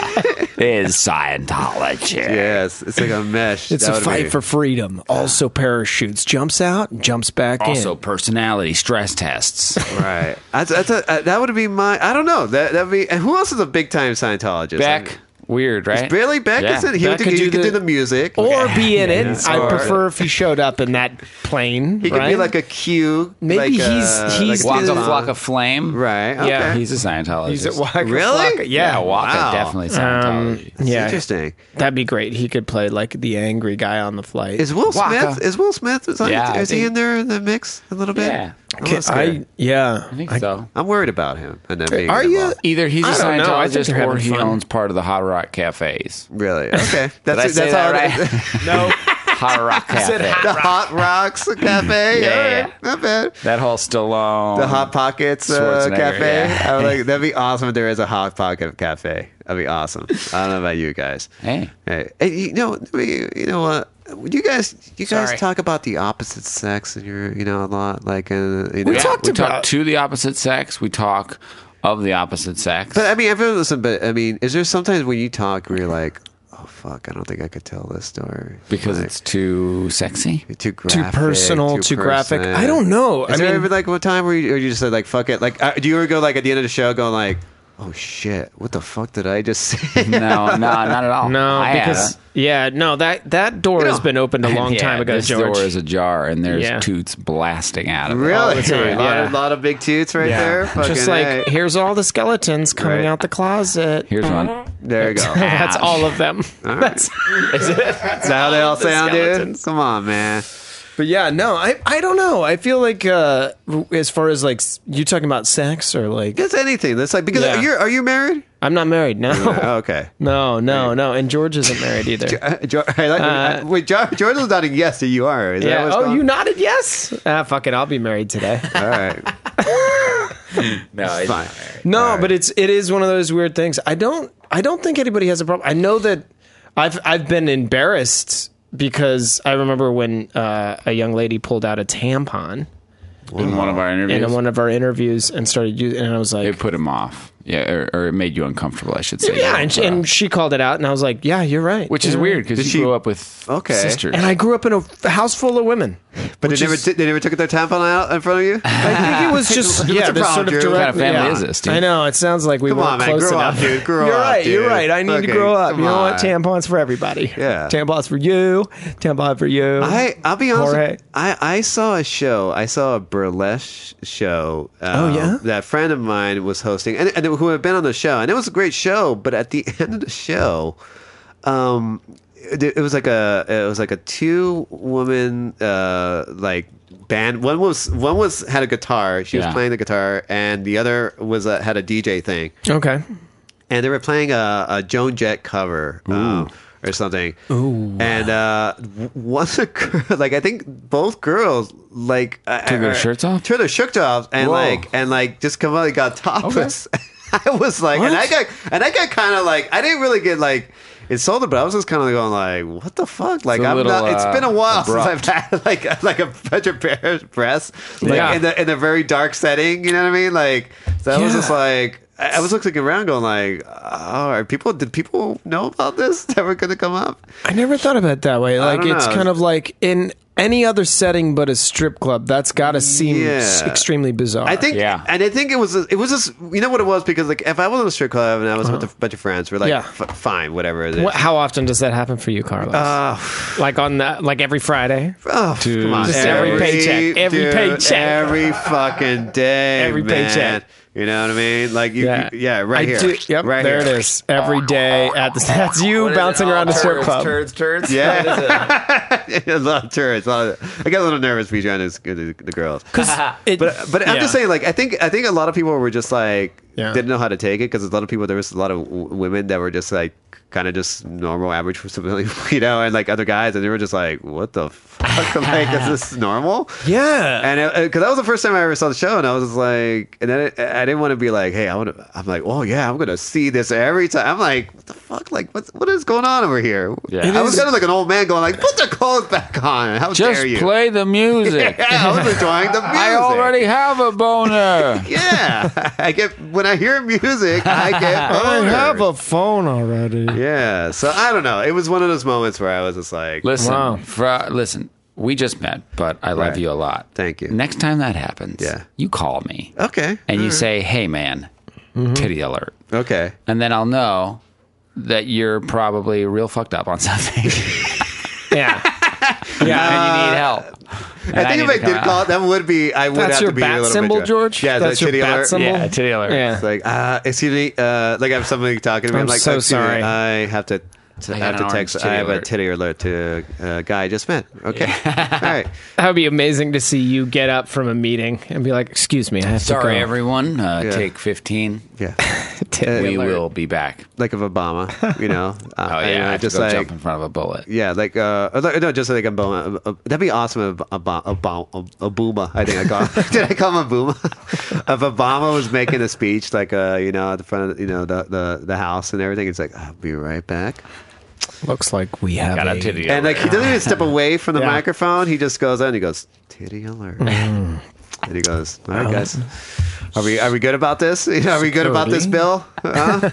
Speaker 3: is Scientology.
Speaker 1: Yes, it's like a mesh.
Speaker 2: It's
Speaker 1: That
Speaker 2: a
Speaker 1: would
Speaker 2: fight
Speaker 1: be-
Speaker 2: for freedom. Also parachutes, jumps out, and jumps back
Speaker 3: Also,
Speaker 2: in.
Speaker 3: personality stress tests.
Speaker 1: right. That's, that's a, uh, that would be my. I don't know. That that would be. And who else is a big time Scientologist?
Speaker 3: Beck, weird, right?
Speaker 1: Billy Beck
Speaker 3: Yeah.
Speaker 1: is in. He,
Speaker 2: Beck
Speaker 1: could,
Speaker 2: could
Speaker 1: he
Speaker 2: do
Speaker 1: could do
Speaker 2: the-
Speaker 1: the music,
Speaker 2: Or be in it. I
Speaker 1: Or-
Speaker 2: prefer if he showed up in that plane.
Speaker 1: He could
Speaker 2: right?
Speaker 1: be like a Q.
Speaker 2: Maybe
Speaker 1: like
Speaker 2: he's-
Speaker 1: a,
Speaker 2: he's
Speaker 1: like
Speaker 3: Waka
Speaker 1: a
Speaker 2: the-
Speaker 1: Flock
Speaker 3: Flocka
Speaker 1: of
Speaker 3: Flame.
Speaker 1: right. Okay.
Speaker 2: Yeah.
Speaker 3: He's a Scientologist.
Speaker 2: He's at Waka
Speaker 1: Really?
Speaker 2: Flocka.
Speaker 3: yeah,
Speaker 2: Yeah. Um,
Speaker 3: Waka
Speaker 1: Wow.
Speaker 3: definitely Scientologist.
Speaker 2: yeah.
Speaker 1: Interesting.
Speaker 2: That'd be great. He could play like the angry guy on the flight.
Speaker 1: Is Will Smith?
Speaker 3: Waka.
Speaker 1: Is Will Smith? Is,
Speaker 3: Yeah, I
Speaker 1: is he
Speaker 3: think-
Speaker 1: in there in the mix a little bit?
Speaker 3: Yeah.
Speaker 1: I'm, a little
Speaker 2: I,
Speaker 1: scared.
Speaker 2: yeah.
Speaker 3: I think so.
Speaker 1: I'm worried about him. And then being
Speaker 2: Are you?
Speaker 1: involved.
Speaker 3: Either he's a
Speaker 2: I don't know. I think
Speaker 3: Scientologist
Speaker 2: they're
Speaker 3: or
Speaker 2: having
Speaker 3: he
Speaker 2: fun.
Speaker 3: owns part of the Hot Rock Cafes.
Speaker 1: Really? Okay. That's
Speaker 3: I
Speaker 1: it- that's
Speaker 3: say that
Speaker 1: all
Speaker 3: right?
Speaker 1: it-
Speaker 2: No.
Speaker 3: Hot Rock Cafe.
Speaker 1: the Hot Rocks Cafe.
Speaker 3: Yeah,
Speaker 1: All right.
Speaker 3: yeah.
Speaker 1: Not bad.
Speaker 3: That whole Stallone.
Speaker 1: The Hot Pockets uh,
Speaker 3: Schwarzenegger,
Speaker 1: Cafe.
Speaker 3: yeah.
Speaker 1: I would like that'd be awesome if there is a Hot Pocket Cafe. That'd be awesome. I don't know about you guys.
Speaker 3: Hey.
Speaker 1: Hey, hey, you know, you you know what? you guys, you guys
Speaker 2: Sorry.
Speaker 1: talk about the opposite sex and you're, you know, a lot like, uh, you know,
Speaker 3: Yeah,
Speaker 2: talked
Speaker 3: we
Speaker 2: about-
Speaker 3: talk to the opposite sex. We talk of the opposite sex.
Speaker 1: But I mean, everyone listen. But I mean, is there sometimes when you talk where you're like, oh fuck, I don't think I could tell this story
Speaker 3: because
Speaker 1: Like,
Speaker 3: it's too sexy.
Speaker 1: too
Speaker 2: Too
Speaker 1: graphic,
Speaker 2: personal, too, graphic.
Speaker 1: personal.
Speaker 2: I don't know.
Speaker 1: Is
Speaker 2: I
Speaker 1: there
Speaker 2: mean,
Speaker 1: ever like one time where you, or you just said like fuck it? Like, uh, do you ever go like at the end of the show going like, Oh shit! What the fuck did I just say?
Speaker 3: No, no, not at all.
Speaker 2: No,
Speaker 3: I had
Speaker 2: because
Speaker 3: it.
Speaker 2: yeah, no that that door
Speaker 1: You
Speaker 2: has
Speaker 1: know,
Speaker 2: been opened a long
Speaker 3: Yeah,
Speaker 2: time ago,
Speaker 3: this
Speaker 2: George.
Speaker 3: door is ajar, and there's
Speaker 2: Yeah.
Speaker 3: toots blasting out of it.
Speaker 1: really?
Speaker 2: that's right,
Speaker 1: a lot,
Speaker 2: yeah.
Speaker 1: of, lot of big toots right there. Fucking
Speaker 2: Just like
Speaker 1: A.
Speaker 2: here's all the skeletons coming
Speaker 1: Right.
Speaker 2: out the closet.
Speaker 3: Here's one.
Speaker 1: there you go.
Speaker 2: That's all of them. That's
Speaker 1: Is that how they all
Speaker 2: the
Speaker 1: sound, dude?
Speaker 2: skeletons.
Speaker 1: Come on, man.
Speaker 2: But yeah, no, I I don't know. I feel like uh as far as like s- you talking about sex or like
Speaker 1: Just anything. That's like because
Speaker 2: Yeah.
Speaker 1: you're are you married? Oh,
Speaker 2: I'm not married. No.
Speaker 1: okay.
Speaker 2: No, no, no. And George isn't married either.
Speaker 1: Uh, George, I like,
Speaker 2: Uh,
Speaker 1: wait, George, George was nodding yes that you are. Is that
Speaker 2: Yeah.
Speaker 1: what's
Speaker 2: Oh,
Speaker 1: going-
Speaker 2: you nodded yes. Ah, fuck it. I'll be married today.
Speaker 1: All right,
Speaker 3: No, it's
Speaker 1: fine.
Speaker 2: No, but it's it is one of those weird things. I don't I don't think anybody has a problem. I know that I've I've been embarrassed because I remember when uh, a young lady pulled out a tampon
Speaker 3: in one of our interviews.
Speaker 2: in one of our interviews and started using, and I was like,
Speaker 3: it put him off. Yeah, or, or it made you uncomfortable, I should say.
Speaker 2: yeah, and she, and she called it out, and I was like, yeah, you're right,
Speaker 3: which is
Speaker 2: You're
Speaker 3: weird
Speaker 2: right."
Speaker 3: because you
Speaker 1: she-
Speaker 3: grew up with
Speaker 1: Okay.
Speaker 3: sisters.
Speaker 2: And I grew up in a f- house full of women.
Speaker 1: but they
Speaker 2: Which
Speaker 1: never
Speaker 2: is-
Speaker 1: t- they never took their tampon out in front of you.
Speaker 2: I think it was just yeah,
Speaker 1: your
Speaker 2: this
Speaker 1: problem,
Speaker 2: sort of
Speaker 1: dude?
Speaker 2: direct.
Speaker 1: What
Speaker 3: kind of family
Speaker 2: yeah.
Speaker 3: is this, dude?
Speaker 2: I know it sounds like we
Speaker 1: Come
Speaker 2: weren't
Speaker 1: on, man,
Speaker 2: close
Speaker 1: grow up,
Speaker 2: enough,
Speaker 1: dude, grow
Speaker 2: you're
Speaker 1: up,
Speaker 2: right. You're
Speaker 1: dude.
Speaker 2: right. I need
Speaker 1: Fucking-
Speaker 2: to grow up.
Speaker 1: come
Speaker 2: You know what?
Speaker 1: on.
Speaker 2: Tampons for everybody.
Speaker 1: Yeah.
Speaker 2: tampons for you. Tampon for you.
Speaker 1: I I'll be honest.
Speaker 2: Jorge.
Speaker 1: I I saw a show. I saw a burlesque show. um,
Speaker 2: Oh, yeah?
Speaker 1: that friend of mine was hosting, and, and who had been on the show, and it was a great show. But at the end of the show, um, it, it was like a it was like a two woman uh like band. One was one was had a guitar. She
Speaker 3: Yeah.
Speaker 1: was playing the guitar, and the other was a, had a DJ thing
Speaker 2: Okay.
Speaker 1: and they were playing a, a Joan Jett cover um, or something. Ooh. And uh, w- one of the girl, like I think both girls like uh,
Speaker 3: Took their
Speaker 1: uh,
Speaker 3: shirts off?
Speaker 1: took their shirts off, and
Speaker 3: Whoa.
Speaker 1: like and like just come out and got topless. I was like, and I got and I got kind of like I didn't really get like. Insulted, but I was just kind of going like, "What the fuck?" Like,
Speaker 3: It's a
Speaker 1: I'm
Speaker 3: little,
Speaker 1: not. It's
Speaker 3: uh,
Speaker 1: been a while
Speaker 3: abrupt.
Speaker 1: since I've had like like a bunch of pair of breasts, like
Speaker 2: Yeah.
Speaker 1: in the in a very dark setting. You know what I mean? Like, so I was
Speaker 2: Yeah.
Speaker 1: just like, I I was looking around, going like, "Oh, are people? Did people know about this that were going to come up?"
Speaker 2: I never thought about it that way. Like
Speaker 1: don't
Speaker 2: it's
Speaker 1: know.
Speaker 2: kind of like in any other setting but a strip club. That's got to seem
Speaker 1: Yeah.
Speaker 2: s- extremely bizarre.
Speaker 1: I think,
Speaker 3: Yeah.
Speaker 1: and I think it was it was just you know what it was because like if I was in a strip club and I was with a bunch of friends, we're like,
Speaker 2: Uh-huh. Yeah.
Speaker 1: f- "Fine, whatever." It is.
Speaker 2: What, how often does that happen for you, Carlos?
Speaker 1: Uh,
Speaker 2: like on the like every Friday.
Speaker 1: Oh, come on.
Speaker 2: Just every paycheck. Every
Speaker 1: dude,
Speaker 2: paycheck.
Speaker 1: Every fucking day.
Speaker 2: Every
Speaker 1: man.
Speaker 2: paycheck.
Speaker 1: You know what I mean? Like you, yeah, you, yeah right
Speaker 2: I
Speaker 1: here.
Speaker 2: do- yep,
Speaker 1: right
Speaker 2: there
Speaker 1: here.
Speaker 2: it is. Every day at the that's you bouncing around a strip club.
Speaker 3: turds.
Speaker 1: Yeah. a lot of turrets. a lot of- I got a little nervous behind this- the, the girls.
Speaker 2: It-
Speaker 1: But but I'm
Speaker 2: yeah.
Speaker 1: just saying, like I think I think a lot of people were just like
Speaker 2: Yeah.
Speaker 1: didn't know how to take it because a lot of people there was a lot of w- women that were just like kind of just normal average for civilian, you know, and like other guys, and they were just like, what the fuck? like is this normal?
Speaker 2: yeah.
Speaker 1: And because that was the first time I ever saw the show, and I was just like, and then it, I didn't want to be like, hey, I want to. I'm like, oh yeah, I'm gonna see this every time. I'm like, what the fuck? Like, what's what is going on over here?
Speaker 3: Yeah. It
Speaker 1: I was
Speaker 2: is-
Speaker 1: kind of like an old man going like, put the clothes back on. How
Speaker 3: Just
Speaker 1: dare you?
Speaker 3: play the music.
Speaker 1: Yeah, I was enjoying the music.
Speaker 3: I already have a boner.
Speaker 1: Yeah, I get when I hear music, I get.
Speaker 2: I
Speaker 1: boners.
Speaker 2: have a phone already.
Speaker 1: Yeah, so I don't know. It was one of those moments where I was just like,
Speaker 3: Listen,
Speaker 2: Wow.
Speaker 3: fr- listen. We just met, but I love
Speaker 1: Right.
Speaker 3: you a lot.
Speaker 1: Thank you.
Speaker 3: Next time that happens,
Speaker 1: Yeah.
Speaker 3: you call me
Speaker 1: okay, Mm-hmm.
Speaker 3: and you say, "Hey, man, titty alert,"
Speaker 1: okay,
Speaker 3: and then I'll know that you're probably real fucked up on something.
Speaker 2: Yeah. yeah.
Speaker 3: and you need help. And
Speaker 1: I think
Speaker 3: need to
Speaker 1: if I
Speaker 3: come
Speaker 1: did
Speaker 3: out.
Speaker 1: call, that would be. I would
Speaker 2: That's
Speaker 1: have
Speaker 2: your
Speaker 1: to be a
Speaker 2: bat
Speaker 1: little
Speaker 2: symbol,
Speaker 1: bit,
Speaker 2: George.
Speaker 1: Yeah, is
Speaker 2: that's
Speaker 1: that
Speaker 2: your
Speaker 1: shitty
Speaker 2: bat
Speaker 1: alert?
Speaker 2: symbol.
Speaker 3: Yeah, titty alert.
Speaker 2: Yeah.
Speaker 1: It's like, uh, excuse me, uh, like I have somebody talking to me.
Speaker 2: I'm
Speaker 1: like,
Speaker 2: so
Speaker 1: excuse me,
Speaker 2: sorry.
Speaker 1: I have to. to
Speaker 3: I
Speaker 1: I,
Speaker 3: got
Speaker 1: have
Speaker 3: an
Speaker 1: to
Speaker 3: orange
Speaker 1: text.
Speaker 3: titty
Speaker 1: I have a
Speaker 3: alert.
Speaker 1: titty alert to a guy I just met. Okay, all right.
Speaker 2: That would be amazing to see you get up from a meeting and be like, "Excuse me, I have
Speaker 3: Sorry,
Speaker 2: to go."
Speaker 3: everyone. Uh,
Speaker 1: Yeah.
Speaker 3: Take 15.
Speaker 1: Yeah,
Speaker 2: Sorry,
Speaker 3: we will be back.
Speaker 1: like of Obama, you know. Uh,
Speaker 3: Oh, yeah.
Speaker 1: and, uh,
Speaker 3: I have
Speaker 1: just
Speaker 3: to go
Speaker 1: like
Speaker 3: jump in front of a bullet.
Speaker 1: yeah, like uh, or like- no, just like Obama. Uh, uh, That'd be awesome. If Obama, Obama, Obama, I think I call. did I call him Obama? if Obama was making a speech, like uh, you know, at the front of you know the the, the house and everything, it's like I'll be right back.
Speaker 2: Looks like we have
Speaker 3: Got
Speaker 2: a
Speaker 3: a titty
Speaker 1: And like
Speaker 3: alert.
Speaker 1: he doesn't even step away from the
Speaker 2: Yeah.
Speaker 1: microphone. He just goes out and he goes, titty alert. and he goes, All right guys. Are we are we good about this? You know, Are we good about this, Bill? Huh?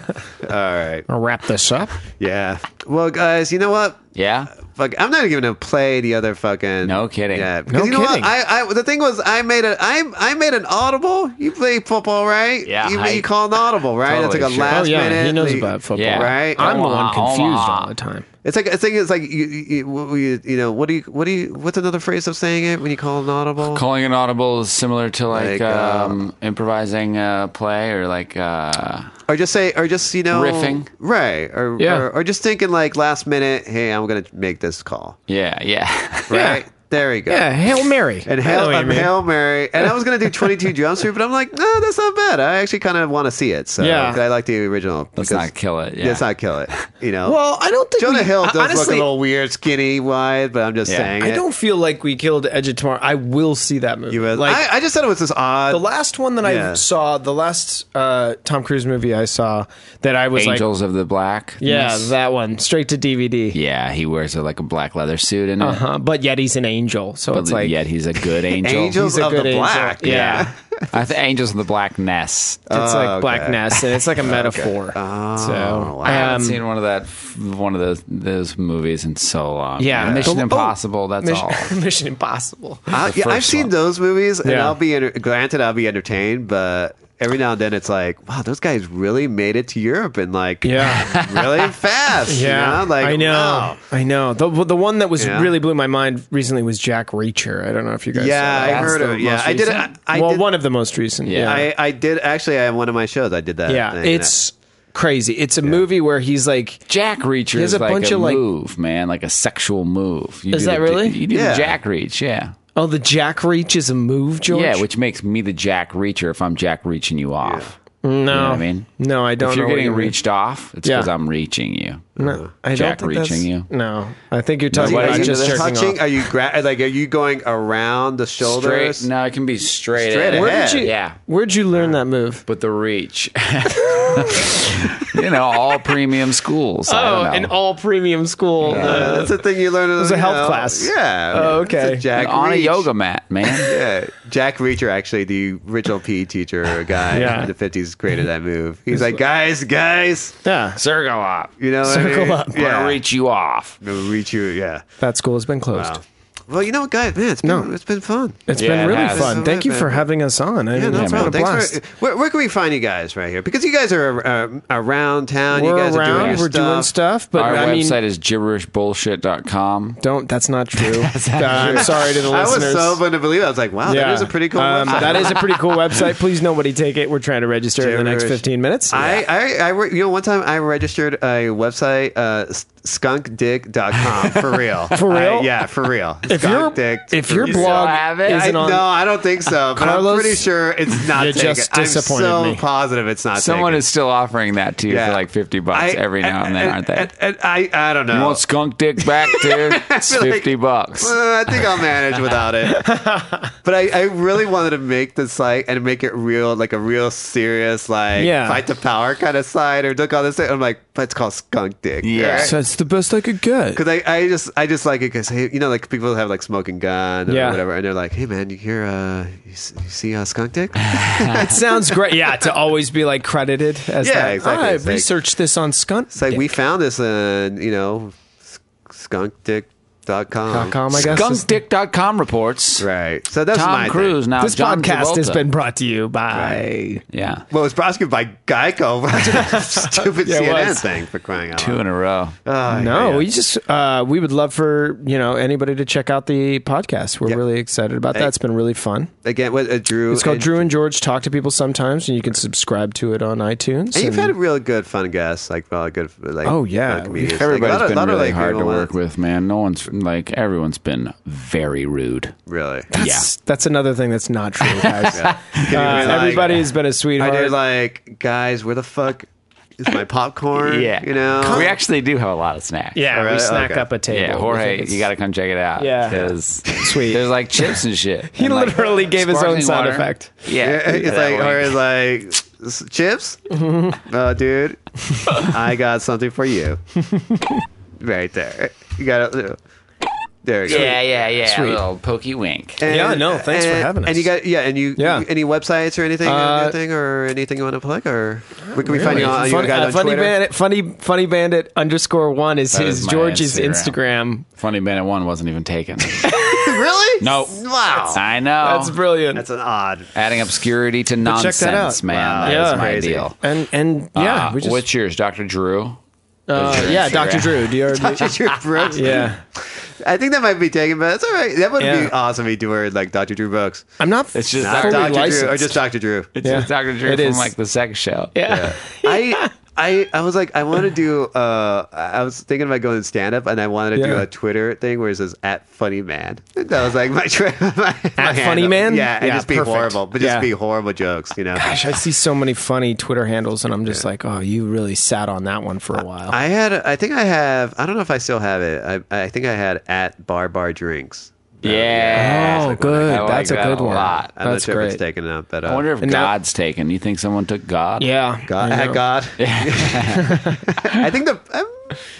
Speaker 1: All right.
Speaker 2: I'll wrap this up.
Speaker 1: Yeah. Well guys, you know what?
Speaker 3: Yeah.
Speaker 1: Fuck, I'm not even gonna play the other fucking.
Speaker 3: No kidding.
Speaker 1: Yeah,
Speaker 3: No
Speaker 1: 'cause you know what?
Speaker 2: kidding.
Speaker 1: I, I the thing was, I made a, I, I made an audible. You play football, right?
Speaker 3: Yeah,
Speaker 1: You,
Speaker 3: I-
Speaker 1: you call an audible, right?
Speaker 3: Totally,
Speaker 1: it's like a
Speaker 3: sure.
Speaker 1: last
Speaker 2: oh yeah,
Speaker 1: minute.
Speaker 2: he knows
Speaker 1: like-
Speaker 2: about football.
Speaker 3: Yeah.
Speaker 1: Right?
Speaker 2: I'm the one
Speaker 3: Omaha,
Speaker 2: confused
Speaker 3: Omaha.
Speaker 2: all the time.
Speaker 1: It's like I think it's like you, you, you, you- you know what do you what do you what's another phrase of saying it when you call an audible?
Speaker 3: Calling an audible is similar to like,
Speaker 1: Like, uh,
Speaker 3: um, improvising a play or like uh,
Speaker 1: or just say or just you know
Speaker 3: Riffing.
Speaker 1: right? Or,
Speaker 2: Yeah.
Speaker 1: or or just thinking like last minute. Hey, I'm gonna make this call.
Speaker 3: yeah, yeah.
Speaker 1: Right there you go.
Speaker 2: Yeah, Hail Mary.
Speaker 1: And
Speaker 2: I know
Speaker 1: Hail,
Speaker 2: what you
Speaker 1: um,
Speaker 2: mean.
Speaker 1: Hail Mary. And I was going to do 22 Jump Street, but I'm like, no, that's not bad. I actually kind of want to see it. So
Speaker 2: Yeah.
Speaker 1: I like the original.
Speaker 3: Let's
Speaker 1: because-
Speaker 3: not kill it. Yeah.
Speaker 1: Let's not kill it. You know?
Speaker 2: Well, I don't think
Speaker 1: Jonah
Speaker 2: we-
Speaker 1: Hill
Speaker 2: I-
Speaker 1: does look a
Speaker 2: honestly-
Speaker 1: little weird, skinny, wide, but I'm just
Speaker 3: Yeah.
Speaker 1: saying.
Speaker 2: I
Speaker 1: it.
Speaker 2: don't feel like we killed Edge of Tomorrow. I will see that movie.
Speaker 1: You was-
Speaker 2: like
Speaker 1: I, I just thought it was this odd.
Speaker 2: the last one that
Speaker 1: Yeah.
Speaker 2: I saw, the last uh, Tom Cruise movie I saw that I was like,
Speaker 3: Angels of the Black.
Speaker 2: yeah,
Speaker 3: Yes.
Speaker 2: that one straight to DVD.
Speaker 3: yeah, he wears a, like a black leather suit and uh
Speaker 2: Uh, but yet he's an angel, so
Speaker 3: But
Speaker 2: it's like
Speaker 3: yet he's a good angel.
Speaker 1: Angels
Speaker 2: he's a
Speaker 1: of the
Speaker 2: good angel.
Speaker 1: Black.
Speaker 2: Yeah,
Speaker 3: I think Angels of the Black Ness.
Speaker 2: it's like Black
Speaker 1: okay. Oh,
Speaker 2: Ness, and it's like a metaphor. so um,
Speaker 1: wow.
Speaker 2: I
Speaker 3: I
Speaker 2: haven't
Speaker 3: haven't seen one of that one of those those movies in so long.
Speaker 2: Yeah.
Speaker 3: Man, Mission
Speaker 2: Oh,
Speaker 3: Impossible. that's
Speaker 2: Mission,
Speaker 3: all.
Speaker 2: Mission Impossible.
Speaker 1: I,
Speaker 3: the
Speaker 1: yeah, I've
Speaker 3: first
Speaker 1: seen
Speaker 3: one.
Speaker 1: those movies, and
Speaker 2: Yeah.
Speaker 1: I'll be enter- granted I'll be entertained, but every now and then it's like, wow, those guys really made it to Europe and like,
Speaker 2: Yeah.
Speaker 1: really fast. you
Speaker 2: Yeah,
Speaker 1: know? like
Speaker 2: I know,
Speaker 1: wow.
Speaker 2: I know. The the one that was
Speaker 1: Yeah.
Speaker 2: really blew my mind recently was Jack Reacher. I don't know if you guys.
Speaker 1: Yeah,
Speaker 2: saw
Speaker 1: I
Speaker 2: that.
Speaker 1: heard
Speaker 2: the
Speaker 1: of it. Yeah,
Speaker 2: most
Speaker 1: I did-
Speaker 2: recent.
Speaker 1: I- I
Speaker 2: well,
Speaker 1: did-
Speaker 2: one of the most recent.
Speaker 3: Yeah.
Speaker 2: Yeah,
Speaker 1: I, I did actually. I one of my shows. I did that.
Speaker 2: yeah.
Speaker 1: And-
Speaker 2: It's crazy. It's a movie where he's like,
Speaker 3: Jack Reacher
Speaker 2: There's a
Speaker 3: is like
Speaker 2: bunch
Speaker 3: a
Speaker 2: of, like-
Speaker 3: move, man, like a sexual move. You
Speaker 2: Is
Speaker 3: do
Speaker 2: that
Speaker 3: the-
Speaker 2: really?
Speaker 3: You do
Speaker 1: Yeah.
Speaker 3: the Jack Reach, yeah.
Speaker 2: "Oh, the Jack Reach is a move, George."
Speaker 3: Yeah, which makes me the Jack Reacher if I'm Jack reaching you off.
Speaker 2: no,
Speaker 3: You know what I mean?
Speaker 2: no, I don't.
Speaker 3: If you're
Speaker 2: know what you
Speaker 3: getting
Speaker 2: mean.
Speaker 3: reached off, it's
Speaker 2: Yeah.
Speaker 3: because I'm reaching you.
Speaker 2: no, I
Speaker 3: Jack
Speaker 2: don't think
Speaker 3: reaching
Speaker 2: that's-
Speaker 3: you.
Speaker 2: No, I think you're talking
Speaker 1: Are
Speaker 3: Why
Speaker 2: about
Speaker 1: you
Speaker 3: did
Speaker 2: just
Speaker 3: do this?
Speaker 2: jerking
Speaker 1: touching?
Speaker 2: off.
Speaker 1: Are you gra- like? Are you going around the shoulders?
Speaker 3: Straight. No, it can be straight.
Speaker 1: Straight
Speaker 3: ahead.
Speaker 1: ahead.
Speaker 2: Where'd you?
Speaker 3: Yeah.
Speaker 2: Where'd you learn that move?
Speaker 3: But the reach. you know, all premium schools. I don't
Speaker 2: Oh,
Speaker 3: know.
Speaker 2: an all premium school.
Speaker 1: Uh,
Speaker 2: uh,
Speaker 1: that's the thing you learn. It
Speaker 2: was a health class.
Speaker 1: Yeah.
Speaker 2: Oh,
Speaker 1: It's a
Speaker 2: okay.
Speaker 1: Jack
Speaker 3: on a
Speaker 1: Reach.
Speaker 3: yoga mat, man.
Speaker 1: Yeah, Jack Reacher, actually, the original PE teacher guy
Speaker 2: Yeah.
Speaker 1: in the 50s, created that move. He's like, guys, guys,
Speaker 2: yeah,
Speaker 3: Circle up.
Speaker 1: you know, what I
Speaker 2: Circle
Speaker 1: mean?
Speaker 2: up.
Speaker 3: I'm
Speaker 1: Yeah,
Speaker 3: gonna reach you off.
Speaker 1: Gonna reach you, yeah.
Speaker 2: that school has been closed.
Speaker 1: Well, you know what, guys, man, it's been,
Speaker 2: No.
Speaker 1: it's been fun.
Speaker 2: It's
Speaker 3: Yeah,
Speaker 2: been
Speaker 3: it
Speaker 2: really
Speaker 3: has.
Speaker 2: fun. Thank you for having us on. I
Speaker 1: Yeah,
Speaker 2: mean,
Speaker 1: no
Speaker 2: it's been
Speaker 1: problem.
Speaker 2: a
Speaker 1: Thanks
Speaker 2: blast.
Speaker 1: for, where, where can we find you guys right here? Because you guys are uh, around town. you
Speaker 2: we're
Speaker 1: guys
Speaker 2: around.
Speaker 1: are doing your
Speaker 2: we're doing stuff, but
Speaker 3: Our
Speaker 2: I
Speaker 3: website
Speaker 2: mean,
Speaker 3: is gibberishbullshit.com.
Speaker 2: don't. That's not true. Uh, I'm sorry to the
Speaker 1: I was
Speaker 2: listeners.
Speaker 1: so fun to believe. it. I was like, wow, that is a pretty cool
Speaker 2: Um,
Speaker 1: website.
Speaker 2: That is a pretty cool website. Please, nobody take it. We're trying to register in the next
Speaker 1: Gibberish.
Speaker 2: 15 minutes.
Speaker 1: I, I, I, re- you know, one time I registered a website, uh, s- skunkdick.com, for real.
Speaker 2: For real?
Speaker 1: I- yeah, for real.
Speaker 2: if your
Speaker 1: Skunkdick
Speaker 2: if
Speaker 1: for
Speaker 2: your
Speaker 1: real.
Speaker 2: blog
Speaker 3: have it?
Speaker 1: I,
Speaker 2: isn't on,
Speaker 1: no, I don't think so. But I'm
Speaker 2: Carlos,
Speaker 1: pretty sure it's not
Speaker 2: you
Speaker 1: taken.
Speaker 2: just disappointed
Speaker 1: I'm so
Speaker 2: me.
Speaker 1: positive it's not
Speaker 3: Someone
Speaker 1: taken.
Speaker 3: is still offering that to you for like 50 bucks
Speaker 1: I-
Speaker 3: every now and then, aren't they?
Speaker 1: I, I, I, I don't know.
Speaker 3: you want skunk dick back, dude? It's
Speaker 1: feel like-
Speaker 3: 50 bucks.
Speaker 1: Uh, I think I'll manage without it. but I, I really wanted to make the site and make it real, like a real serious, like
Speaker 2: Yeah.
Speaker 1: fight the power kind of site or look all this. Thing. I'm like, but it's called Skunk Dick.
Speaker 3: Yeah.
Speaker 1: Right?
Speaker 2: So that's the best I could get.
Speaker 1: Cause I, I just I just like it because hey you know like people have like smoking gun or
Speaker 2: Yeah.
Speaker 1: whatever and they're like hey man you hear uh you, s- you see uh, skunk dick
Speaker 2: It sounds great. Yeah, to always be like credited as
Speaker 1: Yeah,
Speaker 2: that.
Speaker 1: exactly.
Speaker 2: I
Speaker 1: It's like-
Speaker 2: researched this on Skunt.
Speaker 1: it's like we found this uh you know skunkdick.com
Speaker 2: com, I guess. is-
Speaker 3: Skunkdick.com reports.
Speaker 1: right so that's my
Speaker 3: Tom
Speaker 1: thing.
Speaker 3: Cruise now.
Speaker 2: This
Speaker 3: John
Speaker 2: podcast has
Speaker 3: Travolta.
Speaker 2: been brought to you by.
Speaker 3: Yeah.
Speaker 1: well it's prosecuted by Geico stupid
Speaker 2: Yeah, it
Speaker 1: CNN
Speaker 2: was.
Speaker 1: thing for crying out
Speaker 3: Two
Speaker 1: loud
Speaker 3: in a row.
Speaker 1: Oh,
Speaker 2: No,
Speaker 1: yeah.
Speaker 2: we just uh, we would love for you know anybody to check out the podcast. We're
Speaker 1: Yeah.
Speaker 2: really excited about that. It's been really fun.
Speaker 1: again what uh, Drew
Speaker 2: It's called
Speaker 1: and-
Speaker 2: Drew and George Talk to People Sometimes, and you can subscribe to it on iTunes.
Speaker 1: and you've
Speaker 2: and-
Speaker 1: had real good fun guests like well good like
Speaker 2: Oh, yeah.
Speaker 1: fun comedians. Like, a
Speaker 3: Everybody's
Speaker 1: lot of-
Speaker 3: been
Speaker 1: lot of,
Speaker 3: really
Speaker 1: like,
Speaker 3: hard to
Speaker 1: people want-
Speaker 3: work with, man. No one's like everyone's been very rude.
Speaker 1: really
Speaker 2: that's, that's another thing that's not true, guys. Uh, everybody has been a sweetheart.
Speaker 1: I did like, guys, where the fuck is my popcorn? You know?
Speaker 3: we actually do have a lot of snacks.
Speaker 2: yeah,
Speaker 1: All
Speaker 2: we
Speaker 1: right,
Speaker 2: snack
Speaker 1: okay.
Speaker 2: up a table.
Speaker 3: yeah.
Speaker 2: We think
Speaker 3: Jorge,
Speaker 2: it's-
Speaker 3: you got to come check it out.
Speaker 2: Yeah.
Speaker 3: 'cause
Speaker 2: Sweet.
Speaker 3: There's like chips and shit.
Speaker 2: He
Speaker 3: and, like,
Speaker 2: literally gave his own
Speaker 3: sparkling
Speaker 2: sound
Speaker 3: water.
Speaker 2: effect.
Speaker 3: Yeah,
Speaker 1: Yeah, it's
Speaker 3: that Mm-hmm.
Speaker 1: like, or
Speaker 3: way.
Speaker 1: it's like, "S- chips? Oh, dude, I got something for you. right there. You got to. There you go.
Speaker 3: Yeah, yeah, yeah.
Speaker 2: Sweet.
Speaker 3: little pokey wink.
Speaker 1: And-
Speaker 2: Yeah, no, thanks for
Speaker 1: and-
Speaker 2: having
Speaker 1: And you
Speaker 2: us.
Speaker 1: got yeah, and you
Speaker 2: Yeah.
Speaker 1: any websites or anything,
Speaker 2: Uh,
Speaker 1: anything or anything you want to plug, or where can we find you on? you
Speaker 2: funny,
Speaker 1: got
Speaker 2: uh,
Speaker 1: on
Speaker 2: funny
Speaker 1: Twitter?
Speaker 2: bandit, funny, funny bandit underscore one is
Speaker 3: That
Speaker 2: his
Speaker 3: is my
Speaker 2: George's
Speaker 3: Instagram.
Speaker 2: Instagram.
Speaker 3: Funny Bennett one wasn't even taken.
Speaker 1: Really?
Speaker 3: Nope.
Speaker 1: Wow.
Speaker 3: I know.
Speaker 2: That's brilliant.
Speaker 1: Oh. That's an odd.
Speaker 3: Adding obscurity to
Speaker 1: check that
Speaker 3: nonsense,
Speaker 1: out.
Speaker 3: man.
Speaker 1: Wow,
Speaker 3: That
Speaker 2: that's
Speaker 3: is my
Speaker 1: crazy.
Speaker 3: deal.
Speaker 2: and and yeah,
Speaker 3: Uh,
Speaker 2: we just,
Speaker 3: what's yours, Doctor Drew?
Speaker 2: uh, yeah, Doctor Drew, Dr.
Speaker 1: Dr. Brooks.
Speaker 2: yeah,
Speaker 1: I think that might be taken, but that's all right. That would
Speaker 2: Yeah.
Speaker 1: be awesome if you were like Dr. Drew Brooks.
Speaker 2: I'm not.
Speaker 3: It's just
Speaker 1: Not
Speaker 2: fully
Speaker 1: Dr.
Speaker 2: licensed.
Speaker 1: Drew, or just Dr. Drew.
Speaker 3: It's
Speaker 2: Yeah.
Speaker 3: just Doctor Drew
Speaker 2: It
Speaker 3: from
Speaker 2: is.
Speaker 3: like the sex show.
Speaker 2: yeah.
Speaker 1: I I I was like I want to do uh I was thinking about going stand up and I wanted to do
Speaker 2: Yeah.
Speaker 1: a Twitter thing where it says at funny man. That was like my, tra- my, my handle.
Speaker 2: funny man?
Speaker 1: Yeah, and
Speaker 2: Yeah,
Speaker 1: just be
Speaker 2: perfect.
Speaker 1: horrible, but just
Speaker 2: Yeah.
Speaker 1: be horrible jokes, you know.
Speaker 2: Gosh, I see so many funny Twitter handles, and I'm just like, oh, you really sat on that one for a while.
Speaker 1: I had I think I have I don't know if I still have it. I I think I had at bar bar drinks.
Speaker 3: Yeah.
Speaker 2: oh, good.
Speaker 3: I like
Speaker 2: That's
Speaker 3: that
Speaker 2: a good
Speaker 3: a
Speaker 2: one.
Speaker 3: lot.
Speaker 1: I'm
Speaker 2: That's
Speaker 1: not sure if
Speaker 2: great.
Speaker 1: it's taken up, but uh,
Speaker 3: I wonder if
Speaker 2: And now-
Speaker 3: God's taken. You think someone took God?
Speaker 2: yeah.
Speaker 1: God,
Speaker 2: I
Speaker 1: I
Speaker 2: know.
Speaker 1: had uh, God. I think the um,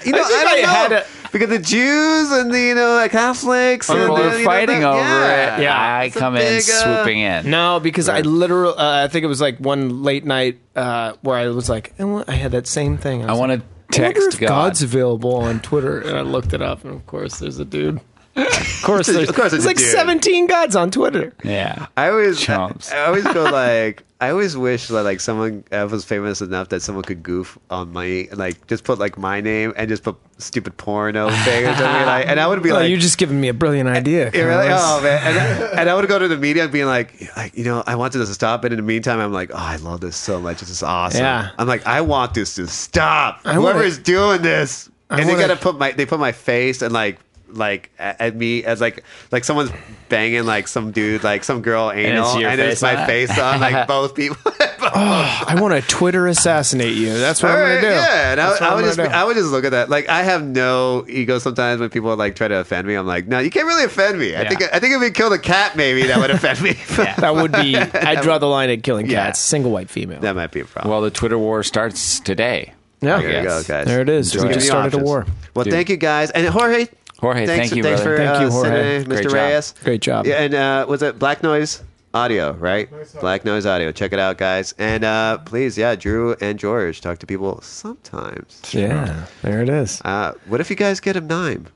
Speaker 1: you know
Speaker 2: think
Speaker 1: I, don't
Speaker 2: I had
Speaker 1: know
Speaker 2: it.
Speaker 1: because the Jews and the you know the Catholics and
Speaker 3: People
Speaker 1: the,
Speaker 3: are
Speaker 1: you know,
Speaker 3: fighting
Speaker 1: the-
Speaker 3: over
Speaker 1: yeah.
Speaker 3: it.
Speaker 2: Yeah.
Speaker 3: I
Speaker 1: It's a
Speaker 3: come in
Speaker 1: big, uh,
Speaker 3: swooping in.
Speaker 2: No, because I literally, uh, I think it was like one late night uh, where I was like, I want- I had that same thing.
Speaker 3: I
Speaker 2: was
Speaker 3: want
Speaker 2: like,
Speaker 3: to text
Speaker 2: if
Speaker 3: God.
Speaker 2: God's available on Twitter, and I looked it up, and of course, there's a dude. Of course, there's,
Speaker 1: Of course it's
Speaker 2: there's
Speaker 1: a
Speaker 2: like
Speaker 1: dude.
Speaker 2: 17 gods on Twitter.
Speaker 3: Yeah.
Speaker 1: I always I,
Speaker 3: Chumps.
Speaker 1: I always go like I always wish that like someone I was famous enough that someone could goof on my like just put like my name and just put stupid porno thing or something like and I would be
Speaker 2: Oh,
Speaker 1: like
Speaker 2: you're just giving me a brilliant idea.
Speaker 1: Yeah, really?
Speaker 2: Carlos.
Speaker 1: Oh man! And I, and I would go to the media being like, like, you know, I wanted this to stop, but in the meantime, I'm like, oh, I love this so much. This is awesome.
Speaker 2: Yeah.
Speaker 1: I'm like, I want this to stop.
Speaker 2: I wanna-
Speaker 1: Whoever's doing this,
Speaker 2: I
Speaker 1: and they
Speaker 2: wanna-
Speaker 1: gotta put my they put my face and like like at at me as like like someone's banging like some dude like some girl anal
Speaker 3: your
Speaker 1: and it's
Speaker 3: face
Speaker 1: my
Speaker 3: on it.
Speaker 1: face on like both people.
Speaker 2: I want to Twitter assassinate you. That's what
Speaker 1: All
Speaker 2: I'm
Speaker 1: right,
Speaker 2: gonna do.
Speaker 1: Yeah, and I,
Speaker 2: That's what
Speaker 1: I
Speaker 2: I'm
Speaker 1: would
Speaker 2: gonna
Speaker 1: just be-
Speaker 2: do.
Speaker 1: I would just look at that. Like I have no ego sometimes when people like try to offend me. I'm like, no, you can't really offend me. I
Speaker 3: Yeah.
Speaker 1: think I think if we killed a cat, maybe that would offend me.
Speaker 2: That would be. I'd draw the line at killing
Speaker 1: Yeah.
Speaker 2: cats. Single white female.
Speaker 1: that might be a problem.
Speaker 3: Well, the Twitter war starts today.
Speaker 2: yeah.
Speaker 1: there you go, guys.
Speaker 2: There it is.
Speaker 1: Just
Speaker 2: we
Speaker 1: giving
Speaker 2: just
Speaker 1: you
Speaker 2: started
Speaker 1: options.
Speaker 2: a war.
Speaker 1: Well,
Speaker 3: Dude.
Speaker 1: thank you guys, and Jorge.
Speaker 3: Jorge,
Speaker 1: thanks,
Speaker 3: thank you,
Speaker 1: thanks
Speaker 3: brother.
Speaker 1: for
Speaker 2: Thank
Speaker 1: uh,
Speaker 2: you, Jorge.
Speaker 1: sending
Speaker 3: Great
Speaker 1: Mr.
Speaker 3: job.
Speaker 1: Reyes.
Speaker 2: Great job.
Speaker 1: Yeah, and uh, was it Black Noise Audio, right? Black Noise Audio. Check it out, guys, and uh, please, yeah, Drew and George talk to people sometimes.
Speaker 2: Yeah. There it is.
Speaker 1: Uh, what if you guys get a mime?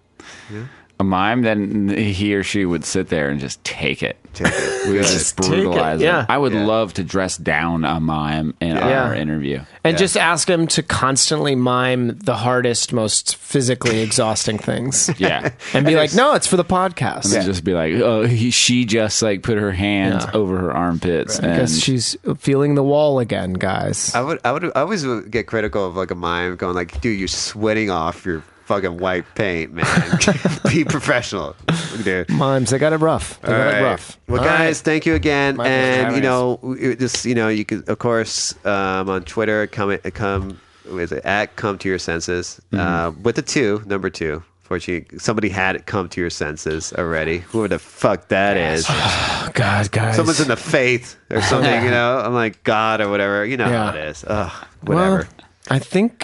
Speaker 3: A mime, then he or she would sit there and just take it.
Speaker 1: Take it.
Speaker 3: We would just
Speaker 2: Just take it,
Speaker 3: brutalize it.
Speaker 2: yeah.
Speaker 3: I would
Speaker 1: Yeah.
Speaker 3: love to dress down a mime in
Speaker 1: Yeah.
Speaker 3: our
Speaker 2: Yeah.
Speaker 3: interview.
Speaker 2: And just ask him to constantly mime the hardest, most physically exhausting things.
Speaker 3: Yeah.
Speaker 2: And be like, no, it's for the podcast.
Speaker 3: And then just be like, oh, he, she just like put her hands
Speaker 2: Yeah.
Speaker 3: over her armpits
Speaker 2: I
Speaker 3: and
Speaker 2: guess she's feeling the wall again, guys.
Speaker 1: I would, I would, I always would get critical of like a mime going like, dude, you're sweating off your fucking white paint, man. Be professional, dude.
Speaker 2: Mimes, they got it rough. They got
Speaker 1: All
Speaker 2: it
Speaker 1: right.
Speaker 2: rough.
Speaker 1: Well,
Speaker 2: All
Speaker 1: guys, thank you again,
Speaker 2: pleasure.
Speaker 1: and
Speaker 2: Have
Speaker 1: you
Speaker 2: a
Speaker 1: know, we- just you know, you could, of course, um, on Twitter, come, come, with it at come to your senses
Speaker 2: Mm-hmm.
Speaker 1: uh, with the two number two. Fortunately, somebody had it come to your senses already. Whoever the fuck that is,
Speaker 2: right. Oh, God, guys.
Speaker 1: someone's in the faith or something, you know. I'm like God or whatever, you know
Speaker 2: Yeah.
Speaker 1: how it is. Ugh,
Speaker 2: Well,
Speaker 1: whatever.
Speaker 2: I think,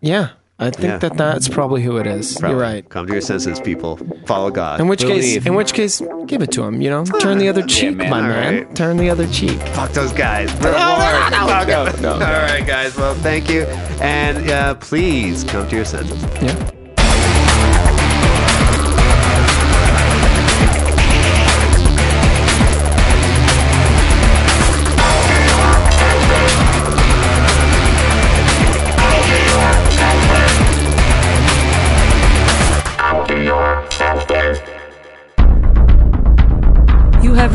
Speaker 2: yeah, I think
Speaker 1: Yeah.
Speaker 2: that that's probably who it is.
Speaker 1: Probably.
Speaker 2: You're right.
Speaker 1: Come to your senses, people. Follow God.
Speaker 2: In which
Speaker 3: Believe.
Speaker 2: case, in which case, give it to him. You know, turn the other cheek,
Speaker 3: man.
Speaker 2: my
Speaker 1: Ah, All
Speaker 2: man.
Speaker 1: right.
Speaker 2: Turn the other cheek.
Speaker 1: Fuck those guys. We're warned. Fuck them. All right, guys. Well, thank you, and uh, please come to your senses.
Speaker 2: Yeah.
Speaker 5: You have